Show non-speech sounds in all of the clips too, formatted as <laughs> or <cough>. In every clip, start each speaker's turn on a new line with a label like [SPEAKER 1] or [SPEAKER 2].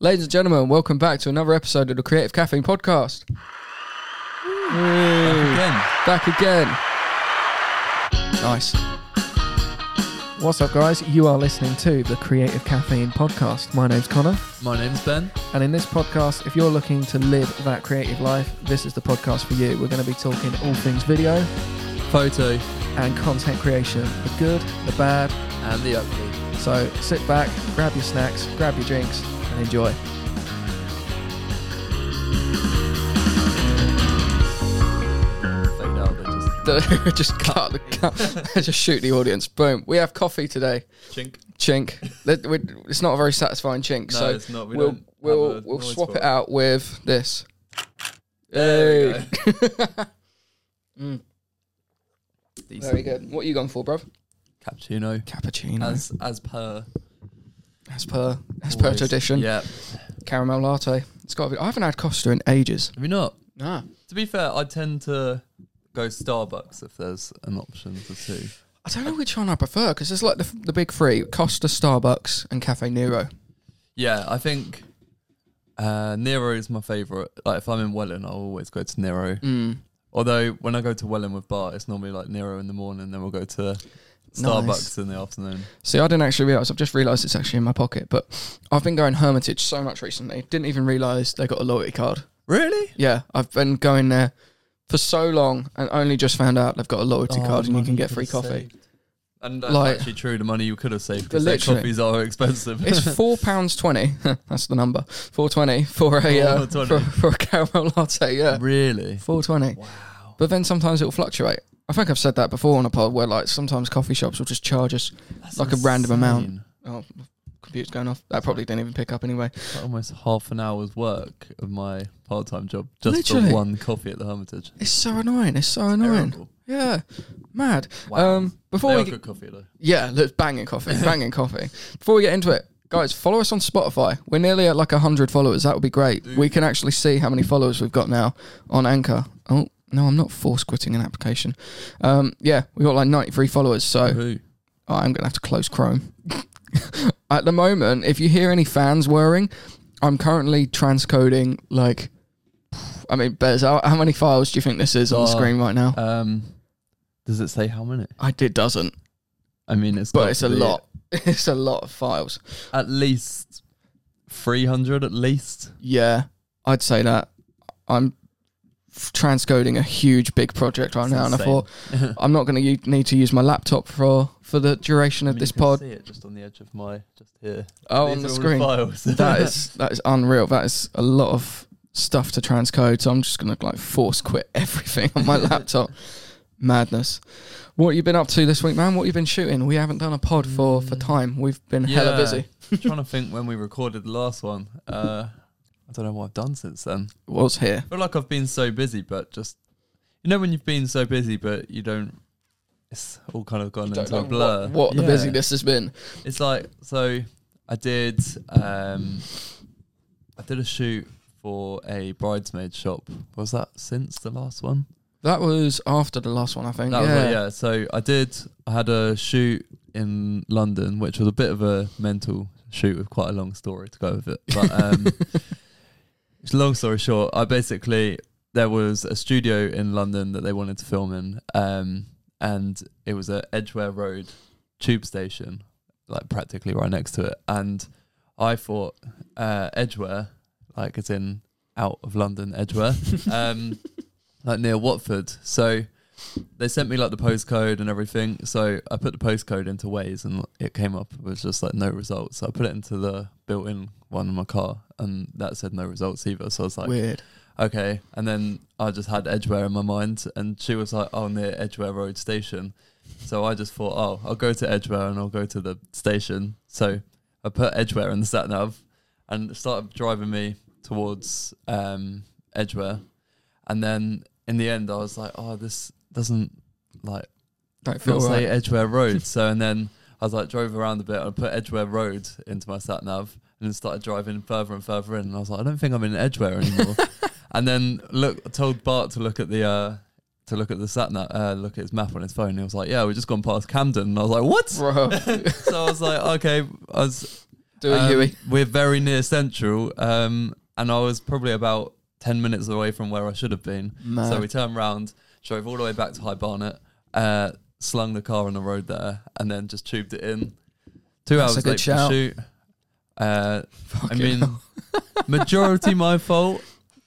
[SPEAKER 1] Ladies and gentlemen, welcome back to another episode of the Creative Caffeine Podcast. Ooh.
[SPEAKER 2] Again.
[SPEAKER 1] Back again. Nice. What's up, guys? You are listening to the Creative Caffeine Podcast. My name's Connor,
[SPEAKER 2] My name's Ben.
[SPEAKER 1] and in this podcast, if you're looking to live that creative life, this is the podcast for you. We're going to be talking all things video
[SPEAKER 2] Photo
[SPEAKER 1] and content creation the good, the bad.
[SPEAKER 2] and the ugly.
[SPEAKER 1] So sit back, grab your snacks, grab your drinks, and enjoy.
[SPEAKER 2] Fade out. They just
[SPEAKER 1] just cut the <laughs> cut. <laughs> just shoot the audience. Boom. We have coffee today.
[SPEAKER 2] chink.
[SPEAKER 1] Chink. Let- we- It's not a very satisfying chink.
[SPEAKER 2] No,
[SPEAKER 1] so
[SPEAKER 2] it's not. We
[SPEAKER 1] we'll
[SPEAKER 2] don't
[SPEAKER 1] we'll
[SPEAKER 2] have a
[SPEAKER 1] we'll
[SPEAKER 2] noise
[SPEAKER 1] swap
[SPEAKER 2] for
[SPEAKER 1] it out with this.
[SPEAKER 2] There we
[SPEAKER 1] Mm,
[SPEAKER 2] Decent.
[SPEAKER 1] very good. What are you going for, bruv?
[SPEAKER 2] Cappuccino.
[SPEAKER 1] Cappuccino. As,
[SPEAKER 2] As as per.
[SPEAKER 1] per as per
[SPEAKER 2] always.
[SPEAKER 1] tradition.
[SPEAKER 2] Yeah.
[SPEAKER 1] Caramel latte. It's got to be. I haven't had Costa in ages.
[SPEAKER 2] Have you not?
[SPEAKER 1] Nah.
[SPEAKER 2] To be fair, I tend to go Starbucks if there's an option to see.
[SPEAKER 1] I don't know which one I prefer because there's like the, the big three: Costa, Starbucks, and Cafe Nero.
[SPEAKER 2] Yeah, I think uh, Nero is my favourite. Like if I'm in Welland, I'll always go to Nero.
[SPEAKER 1] Mm.
[SPEAKER 2] Although when I go to Welland with Bart, it's normally like Nero in the morning, then we'll go to
[SPEAKER 1] Nice.
[SPEAKER 2] Starbucks in the afternoon.
[SPEAKER 1] See, I didn't actually realise. I've just realised it's actually in my pocket. But I've been going Hermitage so much recently. Didn't even realise they got a loyalty card.
[SPEAKER 2] Really?
[SPEAKER 1] Yeah, I've been going there for so long and only just found out they've got a loyalty
[SPEAKER 2] Oh,
[SPEAKER 1] card and you can get free coffee.
[SPEAKER 2] And that's
[SPEAKER 1] Like-
[SPEAKER 2] actually true. The money you could have saved
[SPEAKER 1] But
[SPEAKER 2] because their
[SPEAKER 1] literally-
[SPEAKER 2] coffees are <laughs> expensive.
[SPEAKER 1] It's <laughs> four pounds twenty. That's the number. Four twenty for a uh,
[SPEAKER 2] £4.20.
[SPEAKER 1] for, for a caramel latte. Yeah,
[SPEAKER 2] really?
[SPEAKER 1] four twenty.
[SPEAKER 2] Wow.
[SPEAKER 1] But then sometimes it'll fluctuate. I think I've said that before on a pod where like sometimes coffee shops will just charge us.
[SPEAKER 2] That's
[SPEAKER 1] Like a random amount.
[SPEAKER 2] insane.
[SPEAKER 1] Oh, my computer's going off. That probably didn't even pick up anyway.
[SPEAKER 2] It's like almost half an hour's work of my part-time job just
[SPEAKER 1] Literally.
[SPEAKER 2] for one coffee at the Hermitage.
[SPEAKER 1] It's so annoying. It's so annoying.
[SPEAKER 2] Terrible.
[SPEAKER 1] Yeah, mad.
[SPEAKER 2] Wow.
[SPEAKER 1] Um,
[SPEAKER 2] They
[SPEAKER 1] before
[SPEAKER 2] are
[SPEAKER 1] we
[SPEAKER 2] good coffee though.
[SPEAKER 1] Yeah, let's banging
[SPEAKER 2] <laughs>
[SPEAKER 1] coffee, banging coffee. Before we get into it, guys, follow us on Spotify. We're nearly at like hundred followers. That would be great. We can actually see how many followers we've got now on Anchor. Oh no, I'm not force quitting an application. Um, yeah, we got like ninety three followers. So
[SPEAKER 2] Who?
[SPEAKER 1] Oh, I'm gonna have to close Chrome. <laughs> at the moment, if you hear any fans whirring, I'm currently transcoding like. I mean, Bez, how, how many files do you think this is on the
[SPEAKER 2] Oh,
[SPEAKER 1] screen right now?
[SPEAKER 2] Um, does it say how many?
[SPEAKER 1] I did doesn't,
[SPEAKER 2] I mean, it's
[SPEAKER 1] but
[SPEAKER 2] got
[SPEAKER 1] it's
[SPEAKER 2] to
[SPEAKER 1] a
[SPEAKER 2] be
[SPEAKER 1] lot. <laughs> It's a lot of files.
[SPEAKER 2] At least three hundred. At least.
[SPEAKER 1] Yeah, I'd say that. I'm f- transcoding a huge big project right
[SPEAKER 2] It's
[SPEAKER 1] now, and I
[SPEAKER 2] insane.
[SPEAKER 1] thought I'm not going to u- need to use my laptop for for the duration
[SPEAKER 2] I
[SPEAKER 1] of
[SPEAKER 2] <laughs> mean,
[SPEAKER 1] this
[SPEAKER 2] you can
[SPEAKER 1] pod.
[SPEAKER 2] See it just on the edge of my just here.
[SPEAKER 1] Oh,
[SPEAKER 2] These
[SPEAKER 1] on
[SPEAKER 2] are
[SPEAKER 1] the
[SPEAKER 2] all
[SPEAKER 1] screen.
[SPEAKER 2] files.
[SPEAKER 1] that
[SPEAKER 2] <laughs>
[SPEAKER 1] is that is unreal. That is a lot of stuff to transcode. So I'm just going to like force quit <laughs> everything on my laptop. Madness. What you been up to this week, man? What you been shooting? We haven't done a pod for for time. We've been hella
[SPEAKER 2] Hmm. Yeah.
[SPEAKER 1] busy.
[SPEAKER 2] trying to think when we recorded the last one. Uh, I don't know what I've done since then.
[SPEAKER 1] Was here.
[SPEAKER 2] I feel like I've been so busy, but just you know when you've been so busy, but you don't. It's all kind of gone
[SPEAKER 1] Don't
[SPEAKER 2] into
[SPEAKER 1] know
[SPEAKER 2] a
[SPEAKER 1] what-
[SPEAKER 2] blur.
[SPEAKER 1] What, the
[SPEAKER 2] Yeah.
[SPEAKER 1] busyness has been.
[SPEAKER 2] It's like so. I did. Um, I did a shoot for a bridesmaid shop. Was that since the last one?
[SPEAKER 1] That was after the last one, I think.
[SPEAKER 2] That was
[SPEAKER 1] yeah.
[SPEAKER 2] it, yeah. So I did. I had a shoot in London, which was a bit of a mental shoot with quite a long story to go with it. But
[SPEAKER 1] <laughs>
[SPEAKER 2] um, it's long story short, I basically there was a studio in London that they wanted to film in, um, and it was at Edgware Road tube station, like practically right next to it. And I thought uh, Edgware, like it's in out of London, Edgware, um, like near Watford. So they sent me like the postcode and everything. So I put the postcode into Waze and it came up with just like no results. So I put it into the built in one in my car and that said no results either. So I was like,
[SPEAKER 1] Weird.
[SPEAKER 2] okay. And then I just had Edgware in my mind, and she was like, "Oh, near Edgware Road Station." So I just thought, "Oh, I'll go to Edgware and I'll go to the station." So I put Edgware in the sat nav, and it started driving me towards um, Edgware. And then in the end, I was like, "Oh, this doesn't like
[SPEAKER 1] Don't feel
[SPEAKER 2] not
[SPEAKER 1] right.
[SPEAKER 2] say Edgware Road." so and then I was like, drove around a bit. and I put Edgware Road into my sat nav. And then started driving further and further in, and I was like, I don't think I'm in Edgware anymore. And then look, told Bart to look at the uh, to look at the sat nav, uh, look at his map on his phone.
[SPEAKER 1] <laughs>
[SPEAKER 2] He was like, "Yeah, we just gone past Camden." And I was like, "What?"
[SPEAKER 1] Bro.
[SPEAKER 2] so I was like, "Okay." I was
[SPEAKER 1] Do it,
[SPEAKER 2] Um,
[SPEAKER 1] Huey.
[SPEAKER 2] We're very near Central, um, and I was probably about 10 minutes away from where I should have been.
[SPEAKER 1] Mad.
[SPEAKER 2] So we turned round, drove all the way back to High Barnet, uh, slung the car on the road there, and then just tubed it in. Two
[SPEAKER 1] That's a
[SPEAKER 2] hours
[SPEAKER 1] good
[SPEAKER 2] late for
[SPEAKER 1] shout.
[SPEAKER 2] shoot. Uh, I
[SPEAKER 1] Fucking
[SPEAKER 2] mean,
[SPEAKER 1] hell. <laughs>
[SPEAKER 2] majority my fault,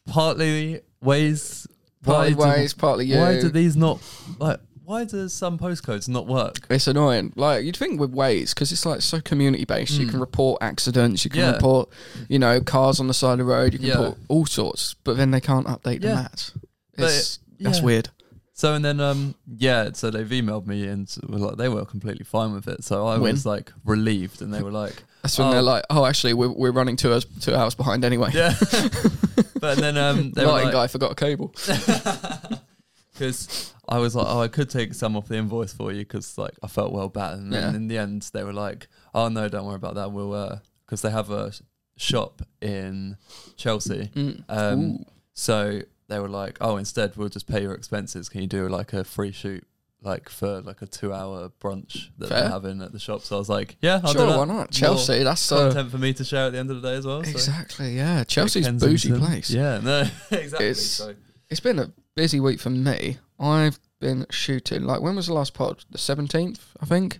[SPEAKER 2] partly ways.
[SPEAKER 1] partly
[SPEAKER 2] partly to-
[SPEAKER 1] ways, partly you.
[SPEAKER 2] Why do these not like? Why do some postcodes not work?
[SPEAKER 1] It's annoying. Like you'd think with Waze, because it's like so community based. You can report accidents. You can
[SPEAKER 2] Hmm. Yeah.
[SPEAKER 1] report, you know, cars on the side of the road. You can
[SPEAKER 2] Yeah.
[SPEAKER 1] report all sorts. But then they can't update the
[SPEAKER 2] Yeah.
[SPEAKER 1] maps.
[SPEAKER 2] But
[SPEAKER 1] It's that's
[SPEAKER 2] yeah.
[SPEAKER 1] weird.
[SPEAKER 2] So and then um yeah, so they've emailed me and were like they were completely fine with it. So I
[SPEAKER 1] Win.
[SPEAKER 2] was like relieved, and they
[SPEAKER 1] <laughs>
[SPEAKER 2] were like
[SPEAKER 1] That's when
[SPEAKER 2] Oh.
[SPEAKER 1] they're like, oh, actually, we're, we're running two hours two hours behind anyway.
[SPEAKER 2] yeah. <laughs> but then um they were
[SPEAKER 1] Lighting
[SPEAKER 2] like,
[SPEAKER 1] guy forgot a cable.
[SPEAKER 2] <laughs> because I was like, oh, I could take some off the invoice for you because like I felt well bad, and then
[SPEAKER 1] Yeah.
[SPEAKER 2] in the end they were like, oh no, don't worry about that. We'll because they have a sh- shop in Chelsea,
[SPEAKER 1] Mm.
[SPEAKER 2] um,
[SPEAKER 1] Ooh.
[SPEAKER 2] so they were like, oh, instead we'll just pay your expenses. Can you do like a free shoot? Like for like a two-hour brunch that
[SPEAKER 1] Fair.
[SPEAKER 2] they're having at the shop, so I was like, "Yeah, I'll
[SPEAKER 1] sure,
[SPEAKER 2] do that."
[SPEAKER 1] why not?
[SPEAKER 2] More
[SPEAKER 1] Chelsea. That's so
[SPEAKER 2] content for me to share at the end of the day as well. So.
[SPEAKER 1] exactly. Yeah, Chelsea's
[SPEAKER 2] Kensington.
[SPEAKER 1] bougie place.
[SPEAKER 2] Yeah, no, <laughs> exactly.
[SPEAKER 1] It's-
[SPEAKER 2] so.
[SPEAKER 1] It's been a busy week for me. I've been shooting. Like when was the last pod? The seventeenth, I think.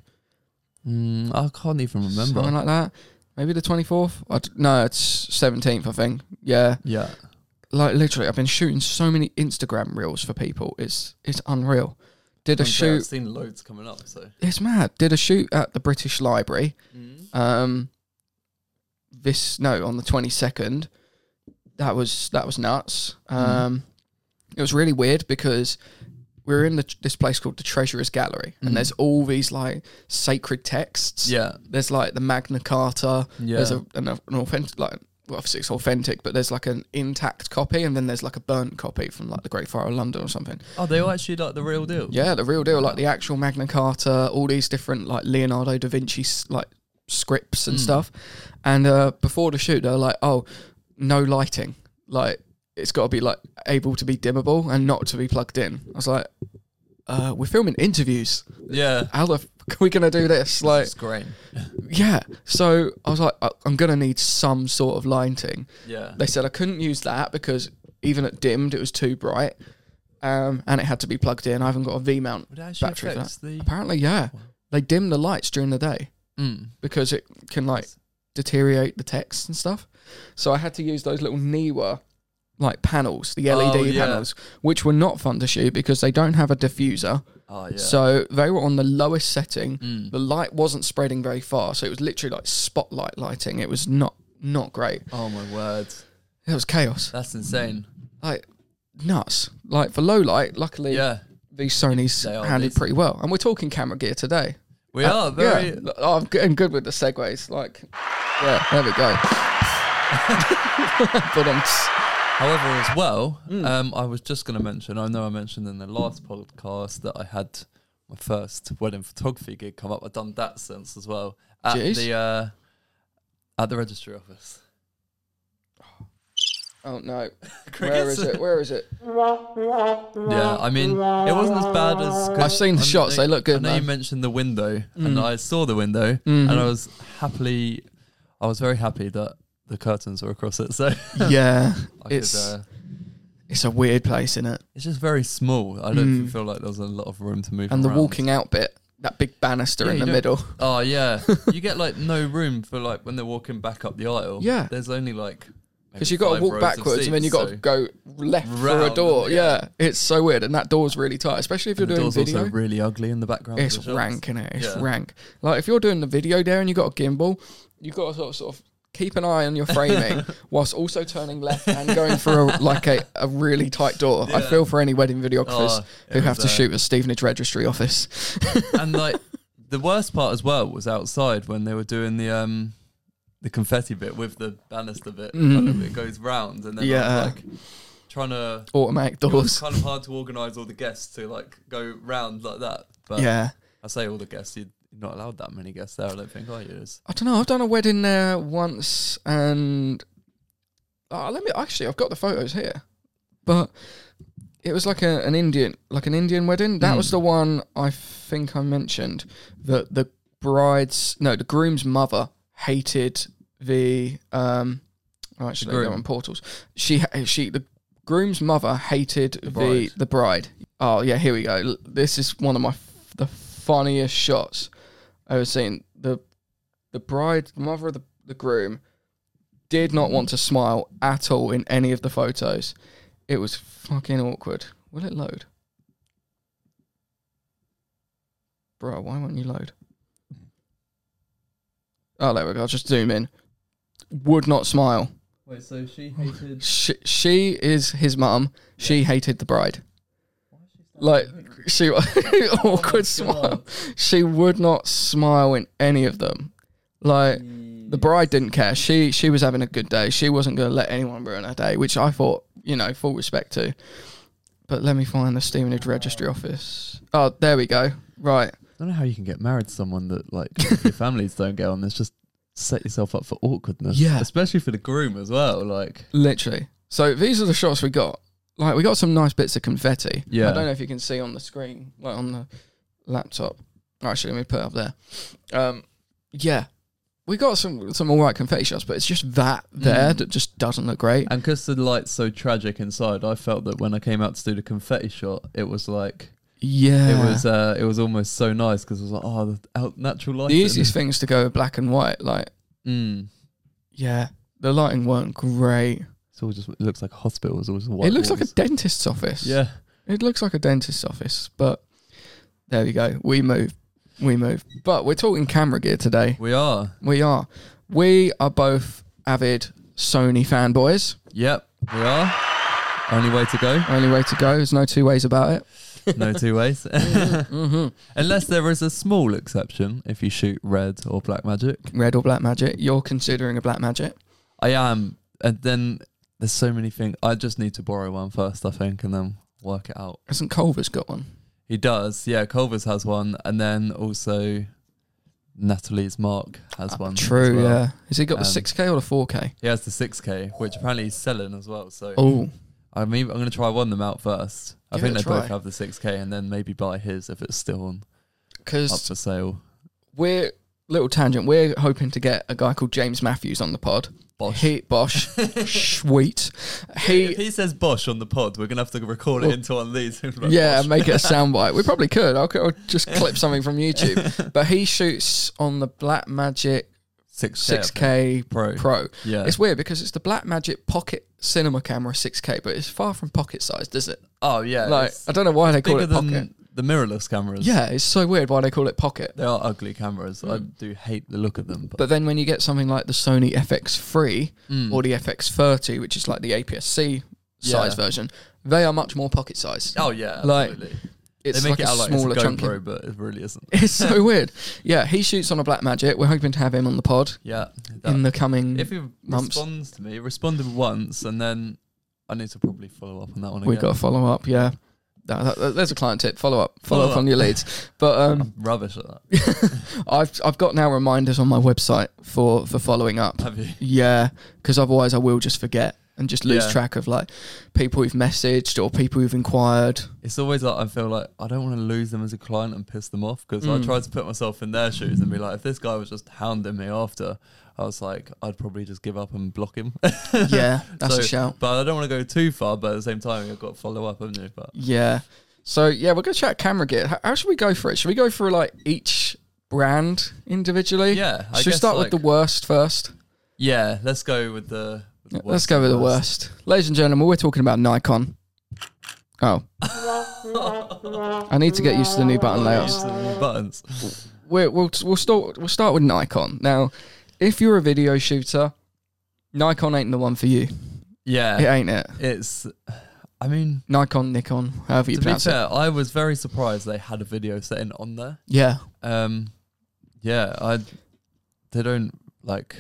[SPEAKER 1] Hmm,
[SPEAKER 2] Mm, I can't even remember.
[SPEAKER 1] Something like that. Maybe the 24th? I d- no, it's 17th, I think. Yeah.
[SPEAKER 2] yeah,
[SPEAKER 1] Like, literally, I've been shooting so many Instagram reels for people. It's it's unreal. Did a
[SPEAKER 2] Honestly, I've
[SPEAKER 1] shoot.
[SPEAKER 2] seen loads coming up. So
[SPEAKER 1] It's mad. Did a shoot at the British Library. Um, this no on the 22nd. That was that was nuts.
[SPEAKER 2] Mm-hmm.
[SPEAKER 1] Um, it was really weird because we were in the, this place called the Treasurer's Gallery,
[SPEAKER 2] Mhm.
[SPEAKER 1] and there's all these like sacred texts.
[SPEAKER 2] yeah,
[SPEAKER 1] There's like the Magna Carta.
[SPEAKER 2] yeah,
[SPEAKER 1] There's a, an, an authentic, like, well, obviously it's authentic, but there's like an intact copy, and then there's like a burnt copy from like the Great Fire of London or something.
[SPEAKER 2] oh, they were actually like the real deal.
[SPEAKER 1] Yeah, the real deal, like the actual Magna Carta, all these different like Leonardo da Vinci s- like scripts and
[SPEAKER 2] Mm.
[SPEAKER 1] stuff. And uh, before the shoot, they were like, "Oh, no lighting, like it's got to be like able to be dimmable and not to be plugged in." I was like, uh, "We're filming interviews.
[SPEAKER 2] yeah,
[SPEAKER 1] How the f- <laughs> are we gonna do this?" Like,
[SPEAKER 2] it's great.
[SPEAKER 1] yeah. So I was like, I- I'm going to need some sort of lighting.
[SPEAKER 2] Yeah,
[SPEAKER 1] They said I couldn't use that because even at dimmed, it was too bright. Um, and it had to be plugged in. I haven't got a V mount.
[SPEAKER 2] would it actually
[SPEAKER 1] battery for
[SPEAKER 2] affects the.
[SPEAKER 1] Apparently, yeah.
[SPEAKER 2] Wow.
[SPEAKER 1] They dim the lights during the day
[SPEAKER 2] Mm.
[SPEAKER 1] because it can like deteriorate the text and stuff. So I had to use those little Niwa like panels, the
[SPEAKER 2] Oh,
[SPEAKER 1] LED
[SPEAKER 2] yeah.
[SPEAKER 1] panels, which were not fun to shoot because they don't have a diffuser.
[SPEAKER 2] Oh yeah.
[SPEAKER 1] So they were on the lowest setting
[SPEAKER 2] Mm.
[SPEAKER 1] the light wasn't spreading very far, so it was literally like spotlight lighting. It was not not great.
[SPEAKER 2] Oh my word,
[SPEAKER 1] It was chaos,
[SPEAKER 2] that's insane.
[SPEAKER 1] like nuts. Like for low light, luckily
[SPEAKER 2] Yeah,
[SPEAKER 1] these Sony's
[SPEAKER 2] They are
[SPEAKER 1] handled
[SPEAKER 2] decent.
[SPEAKER 1] pretty well. And we're talking camera gear today.
[SPEAKER 2] we
[SPEAKER 1] Uh,
[SPEAKER 2] are very.
[SPEAKER 1] Yeah, oh, I'm getting good with the segues. Like, yeah, there we go. <laughs> but I'm
[SPEAKER 2] However, as well,
[SPEAKER 1] Mm.
[SPEAKER 2] um, I was just going to mention. I know I mentioned in the last podcast that I had my first wedding photography gig come up. I've done that since as well at
[SPEAKER 1] Jeez.
[SPEAKER 2] the uh, at the registry office.
[SPEAKER 1] oh
[SPEAKER 2] <laughs>
[SPEAKER 1] no, where
[SPEAKER 2] Crickets.
[SPEAKER 1] is it? Where is
[SPEAKER 2] <laughs>
[SPEAKER 1] it?
[SPEAKER 2] Yeah, I mean, it wasn't as bad as. 'cause
[SPEAKER 1] I've seen the
[SPEAKER 2] I
[SPEAKER 1] shots,
[SPEAKER 2] know-
[SPEAKER 1] they look good, Mm. Mm-hmm.
[SPEAKER 2] I know
[SPEAKER 1] man.
[SPEAKER 2] you mentioned the window, and I saw the window, and I was happily, I was very happy that the curtains were across it. So
[SPEAKER 1] Yeah, <laughs>
[SPEAKER 2] I
[SPEAKER 1] it's
[SPEAKER 2] could, uh,
[SPEAKER 1] it's a weird place, isn't it?
[SPEAKER 2] it's just very small. I don't
[SPEAKER 1] Mm.
[SPEAKER 2] feel like there's a lot of room to move.
[SPEAKER 1] And the
[SPEAKER 2] around.
[SPEAKER 1] walking out bit, that big banister
[SPEAKER 2] Yeah,
[SPEAKER 1] in
[SPEAKER 2] you
[SPEAKER 1] the
[SPEAKER 2] don't- <laughs>
[SPEAKER 1] middle.
[SPEAKER 2] Oh yeah, you get
[SPEAKER 1] <laughs>
[SPEAKER 2] like no room for like when they're walking back up the aisle.
[SPEAKER 1] Yeah.
[SPEAKER 2] there's only like
[SPEAKER 1] Because you got to walk backwards and then you got to go left for a
[SPEAKER 2] Round,
[SPEAKER 1] door.
[SPEAKER 2] yeah.
[SPEAKER 1] Yeah. it's so weird, and that door's really tight, especially if you're
[SPEAKER 2] the
[SPEAKER 1] doing
[SPEAKER 2] door's
[SPEAKER 1] video.
[SPEAKER 2] also really ugly in the background.
[SPEAKER 1] it's
[SPEAKER 2] of the shops.
[SPEAKER 1] rank, innit? It's
[SPEAKER 2] Yeah.
[SPEAKER 1] rank. Like if you're doing the video there and you got a gimbal, you got to sort of, sort of keep an eye on your
[SPEAKER 2] <laughs>
[SPEAKER 1] framing whilst also turning left and going through a, like a, a really tight door. I
[SPEAKER 2] Yeah.
[SPEAKER 1] feel for any wedding videographers
[SPEAKER 2] Oh, it
[SPEAKER 1] who
[SPEAKER 2] was,
[SPEAKER 1] have to
[SPEAKER 2] uh,
[SPEAKER 1] shoot at Stevenage Registry Office.
[SPEAKER 2] <laughs> and like the worst part as well was outside when they were doing the um the confetti bit with the banister bit. Kind of, it goes round and then I'm,
[SPEAKER 1] Mm-hmm. Yeah.
[SPEAKER 2] like trying to.
[SPEAKER 1] <laughs> Automatic
[SPEAKER 2] It was
[SPEAKER 1] doors.
[SPEAKER 2] kind of hard to organise all the guests to like go round like that. <laughs> But
[SPEAKER 1] Yeah.
[SPEAKER 2] I say all the guests. You're not allowed that many guests there. I don't think are you? It's-
[SPEAKER 1] I don't know. I've done a wedding there once, and oh, let me actually. I've got the photos here, but it was like a, an Indian, like an Indian wedding. That
[SPEAKER 2] Mm.
[SPEAKER 1] was the one I think I mentioned that the bride's no, the groom's mother hated the um oh, actually
[SPEAKER 2] groom.
[SPEAKER 1] they're on portals. She ha- she the groom's mother hated the
[SPEAKER 2] bride.
[SPEAKER 1] the bride. Oh yeah, here we go. L- This is one of my f- the funniest shots I've ever seen. The the bride, the mother of the, the groom, did not want to smile at all in any of the photos. It was fucking awkward. Will it load? Bro, why won't you load? Oh, there we go. I'll just zoom in. Would not smile.
[SPEAKER 2] Wait, so she hated.
[SPEAKER 1] She, she is his mum. She hated the bride. Like, she <laughs> awkward smile. She would not smile in any of them. Like, the bride didn't care. She she was having a good day. She wasn't going to let anyone ruin her day, which I thought, you know, full respect to. But let me find the Stevenage registry office. Oh, there we go. Right.
[SPEAKER 2] I don't know how you can get married to someone that like your <laughs> families don't get on. It's just set yourself up for awkwardness.
[SPEAKER 1] Yeah.
[SPEAKER 2] especially for the groom as well. Like,
[SPEAKER 1] Literally. So these are the shots we got. Like we got some nice bits of confetti.
[SPEAKER 2] Yeah.
[SPEAKER 1] I don't know if you can see on the screen, like on the laptop. Actually, let me put it up there. Um, yeah, we got some some all right confetti shots, but it's just that there
[SPEAKER 2] Mm. Uh,
[SPEAKER 1] that just doesn't look great.
[SPEAKER 2] and because the light's so tragic inside, I felt that when I came out to do the confetti shot, it was like
[SPEAKER 1] Yeah,
[SPEAKER 2] it was uh, it was almost so nice because it was like oh the out natural light.
[SPEAKER 1] the easiest thing is to go with black and white. Like,
[SPEAKER 2] Mm.
[SPEAKER 1] yeah, the lighting weren't great.
[SPEAKER 2] It's all just it looks like a hospital. It's all just white
[SPEAKER 1] it looks like
[SPEAKER 2] walls.
[SPEAKER 1] a dentist's office.
[SPEAKER 2] yeah.
[SPEAKER 1] It looks like a dentist's office, but there we go. We move. We move. But we're talking camera gear today.
[SPEAKER 2] We are.
[SPEAKER 1] We are. We are both avid Sony fanboys.
[SPEAKER 2] Yep, we are. Only way to go.
[SPEAKER 1] Only way to go. There's no two ways about it. <laughs>
[SPEAKER 2] No two ways. <laughs> Unless there is a small exception if you shoot red or black magic.
[SPEAKER 1] Red or black magic. You're considering a black magic.
[SPEAKER 2] I am. And then there's so many things. I just need to borrow one first, I think, and then work it out.
[SPEAKER 1] Hasn't Culver's got one?
[SPEAKER 2] He does. Yeah, Culver's has one. And then also Natalie's Mark has one. as
[SPEAKER 1] Ah, True,
[SPEAKER 2] well.
[SPEAKER 1] yeah. Has he got
[SPEAKER 2] Um,
[SPEAKER 1] the 6K or the 4K?
[SPEAKER 2] He has the 6K, which apparently he's selling as well. So
[SPEAKER 1] Oh,
[SPEAKER 2] I mean, I'm going to try one of them out first. I
[SPEAKER 1] Give
[SPEAKER 2] think
[SPEAKER 1] it
[SPEAKER 2] they
[SPEAKER 1] a
[SPEAKER 2] both
[SPEAKER 1] try.
[SPEAKER 2] have the 6K and then maybe buy his if it's still on, up
[SPEAKER 1] because
[SPEAKER 2] for sale.
[SPEAKER 1] we're, little tangent, we're hoping to get a guy called James Matthews on the pod.
[SPEAKER 2] Bosh.
[SPEAKER 1] He,
[SPEAKER 2] <laughs>
[SPEAKER 1] Bosch. Sweet. He,
[SPEAKER 2] If <laughs> he says Bosch on the pod, we're gonna have to record it
[SPEAKER 1] Well,
[SPEAKER 2] into one of these. <laughs>
[SPEAKER 1] yeah, make it a soundbite. We probably could. I'll, I'll just clip something
[SPEAKER 2] <laughs>
[SPEAKER 1] from YouTube. But he shoots on the Black Magic
[SPEAKER 2] six
[SPEAKER 1] 6K
[SPEAKER 2] Pro.
[SPEAKER 1] Pro.
[SPEAKER 2] Yeah,
[SPEAKER 1] It's weird because it's the Black Magic Pocket Cinema Camera 6K, but it's far from pocket sized, is it?
[SPEAKER 2] oh yeah,
[SPEAKER 1] like
[SPEAKER 2] it's
[SPEAKER 1] I don't know why they call
[SPEAKER 2] bigger
[SPEAKER 1] it pocket.
[SPEAKER 2] than the mirrorless cameras.
[SPEAKER 1] yeah, it's so weird why they call it pocket.
[SPEAKER 2] they are ugly cameras. I do hate the look of them. But,
[SPEAKER 1] But then when you get something like the Sony FX3
[SPEAKER 2] Mm.
[SPEAKER 1] or the FX30, which is like the APS-C size
[SPEAKER 2] Yeah.
[SPEAKER 1] version, they are much more pocket sized.
[SPEAKER 2] oh yeah,
[SPEAKER 1] Like,
[SPEAKER 2] absolutely.
[SPEAKER 1] it's
[SPEAKER 2] they
[SPEAKER 1] like
[SPEAKER 2] make it
[SPEAKER 1] a
[SPEAKER 2] out like
[SPEAKER 1] smaller
[SPEAKER 2] it's a GoPro,
[SPEAKER 1] chunky.
[SPEAKER 2] but it really isn't.
[SPEAKER 1] <laughs> It's so weird. Yeah, he shoots on a Black Magic. We're hoping to have him on the pod
[SPEAKER 2] Yeah,
[SPEAKER 1] in
[SPEAKER 2] that-
[SPEAKER 1] the coming.
[SPEAKER 2] if he
[SPEAKER 1] months.
[SPEAKER 2] responds to me, he responded once, and then I need to probably follow up on that one.
[SPEAKER 1] we
[SPEAKER 2] again.
[SPEAKER 1] got to follow up. Yeah, That- that- that- there's a client tip. Follow up. Follow,
[SPEAKER 2] Follow
[SPEAKER 1] up on
[SPEAKER 2] up.
[SPEAKER 1] your leads. But um,
[SPEAKER 2] I'm rubbish at that.
[SPEAKER 1] I've I've got now reminders on my website for for following up. <laughs>
[SPEAKER 2] Have you?
[SPEAKER 1] Yeah, because otherwise I will just forget and just lose
[SPEAKER 2] Yeah.
[SPEAKER 1] track of like people who've messaged or people who've
[SPEAKER 2] <laughs>
[SPEAKER 1] inquired.
[SPEAKER 2] It's always like I feel like I don't want to lose them as a client and piss them off because I
[SPEAKER 1] Mm.
[SPEAKER 2] tried to put myself in their shoes and be like, if this guy was just hounding me after, I was like, I'd probably just give up and block him. <laughs>
[SPEAKER 1] yeah, that's
[SPEAKER 2] So-
[SPEAKER 1] a shout.
[SPEAKER 2] but I don't want to go too far. But at the same time, you've got to follow up, haven't you? But
[SPEAKER 1] Yeah. So yeah, we're gonna chat camera gear. How, how should we go for it? Should we go for like each brand individually?
[SPEAKER 2] yeah, I
[SPEAKER 1] Should we
[SPEAKER 2] guess,
[SPEAKER 1] start
[SPEAKER 2] like-
[SPEAKER 1] with the worst first?
[SPEAKER 2] Yeah, let's go with the. with the
[SPEAKER 1] Let's go with the worst. Ladies and gentlemen, we're talking about Nikon.
[SPEAKER 2] <laughs>
[SPEAKER 1] Oh. I need to get used to the new button
[SPEAKER 2] Layouts.
[SPEAKER 1] layouts.
[SPEAKER 2] buttons.
[SPEAKER 1] We're, we'll we'll start we'll start with Nikon. Now, if you're a video shooter, Nikon ain't the one for you.
[SPEAKER 2] Yeah,
[SPEAKER 1] It ain't it.
[SPEAKER 2] it's. I mean,
[SPEAKER 1] Nikon, Nikon, however you
[SPEAKER 2] to be
[SPEAKER 1] pronounce it.
[SPEAKER 2] fair, I was very surprised they had a video setting on there.
[SPEAKER 1] Yeah.
[SPEAKER 2] Um, yeah, I. They don't like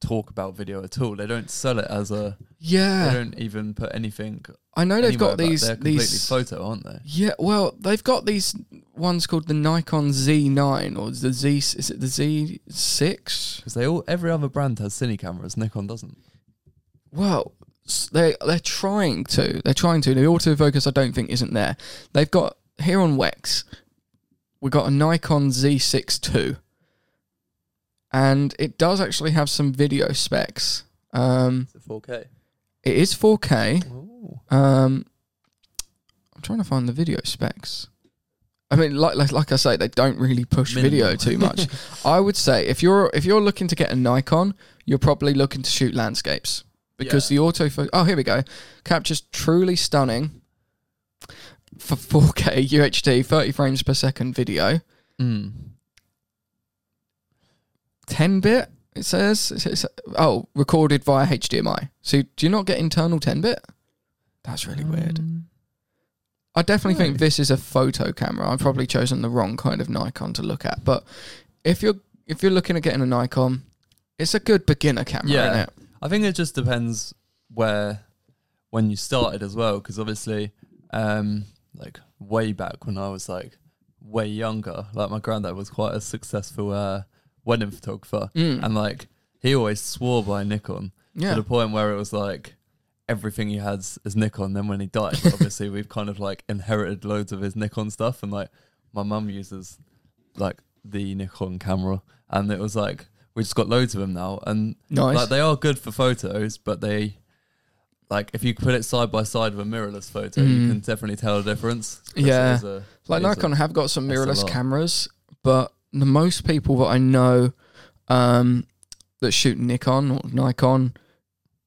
[SPEAKER 2] talk about video at all. They don't sell it as a. They
[SPEAKER 1] Yeah.
[SPEAKER 2] don't even put anything.
[SPEAKER 1] I know they've got
[SPEAKER 2] anywhere about-
[SPEAKER 1] these
[SPEAKER 2] They're completely
[SPEAKER 1] these
[SPEAKER 2] photo, aren't they?
[SPEAKER 1] Yeah, well, they've got these ones called the Nikon Z9 or the Z is it the Z6?
[SPEAKER 2] Because they all every other brand has cine cameras. Nikon doesn't.
[SPEAKER 1] Well, s- they they're trying to. They're trying to. The autofocus I don't think isn't there. They've got here on Wex. We've got a Nikon Z6 II and it does actually have some video specs. Um,
[SPEAKER 2] Is it 4K?
[SPEAKER 1] it is 4K.
[SPEAKER 2] Ooh.
[SPEAKER 1] Um, I'm trying to find the video specs. I mean, like like, like I say, they don't really push video
[SPEAKER 2] Minimal.
[SPEAKER 1] too much. I would say if you're if you're looking to get a Nikon, you're probably looking to shoot landscapes because
[SPEAKER 2] Yeah.
[SPEAKER 1] the autofocus. Oh, here we go. Captures truly stunning for 4K UHD, 30 frames per second video,
[SPEAKER 2] Mm.
[SPEAKER 1] 10 bit. It says, it says- oh, recorded via HDMI. So do you not get internal 10 bit? That's really weird.
[SPEAKER 2] Um,
[SPEAKER 1] I definitely think
[SPEAKER 2] Nice.
[SPEAKER 1] this is a photo camera. I've probably chosen the wrong kind of Nikon to look at, but if you're if you're looking at getting a Nikon, it's a good beginner camera,
[SPEAKER 2] Yeah.
[SPEAKER 1] isn't it?
[SPEAKER 2] I think it just depends where when you started as well, because obviously, um, like way back when I was like way younger, like my granddad was quite a successful uh, wedding photographer,
[SPEAKER 1] Mm.
[SPEAKER 2] and like he always swore by Nikon
[SPEAKER 1] yeah.
[SPEAKER 2] to the point where it was like everything he has is Nikon. Then when
[SPEAKER 1] <laughs>
[SPEAKER 2] he died, obviously we've kind of like inherited loads of his Nikon stuff, and like my mum uses like the Nikon camera, and it was like we just got loads of them now, and
[SPEAKER 1] Nice.
[SPEAKER 2] like they are good for photos, but they like if you put it side by side with a mirrorless photo,
[SPEAKER 1] Mm.
[SPEAKER 2] you can definitely tell the difference. 'Cause it
[SPEAKER 1] Yeah.
[SPEAKER 2] is a-
[SPEAKER 1] Like
[SPEAKER 2] it is a-
[SPEAKER 1] Nikon have got some
[SPEAKER 2] it's a
[SPEAKER 1] mirrorless
[SPEAKER 2] lot.
[SPEAKER 1] cameras, but the most people that I know um, that shoot Nikon or Nikon,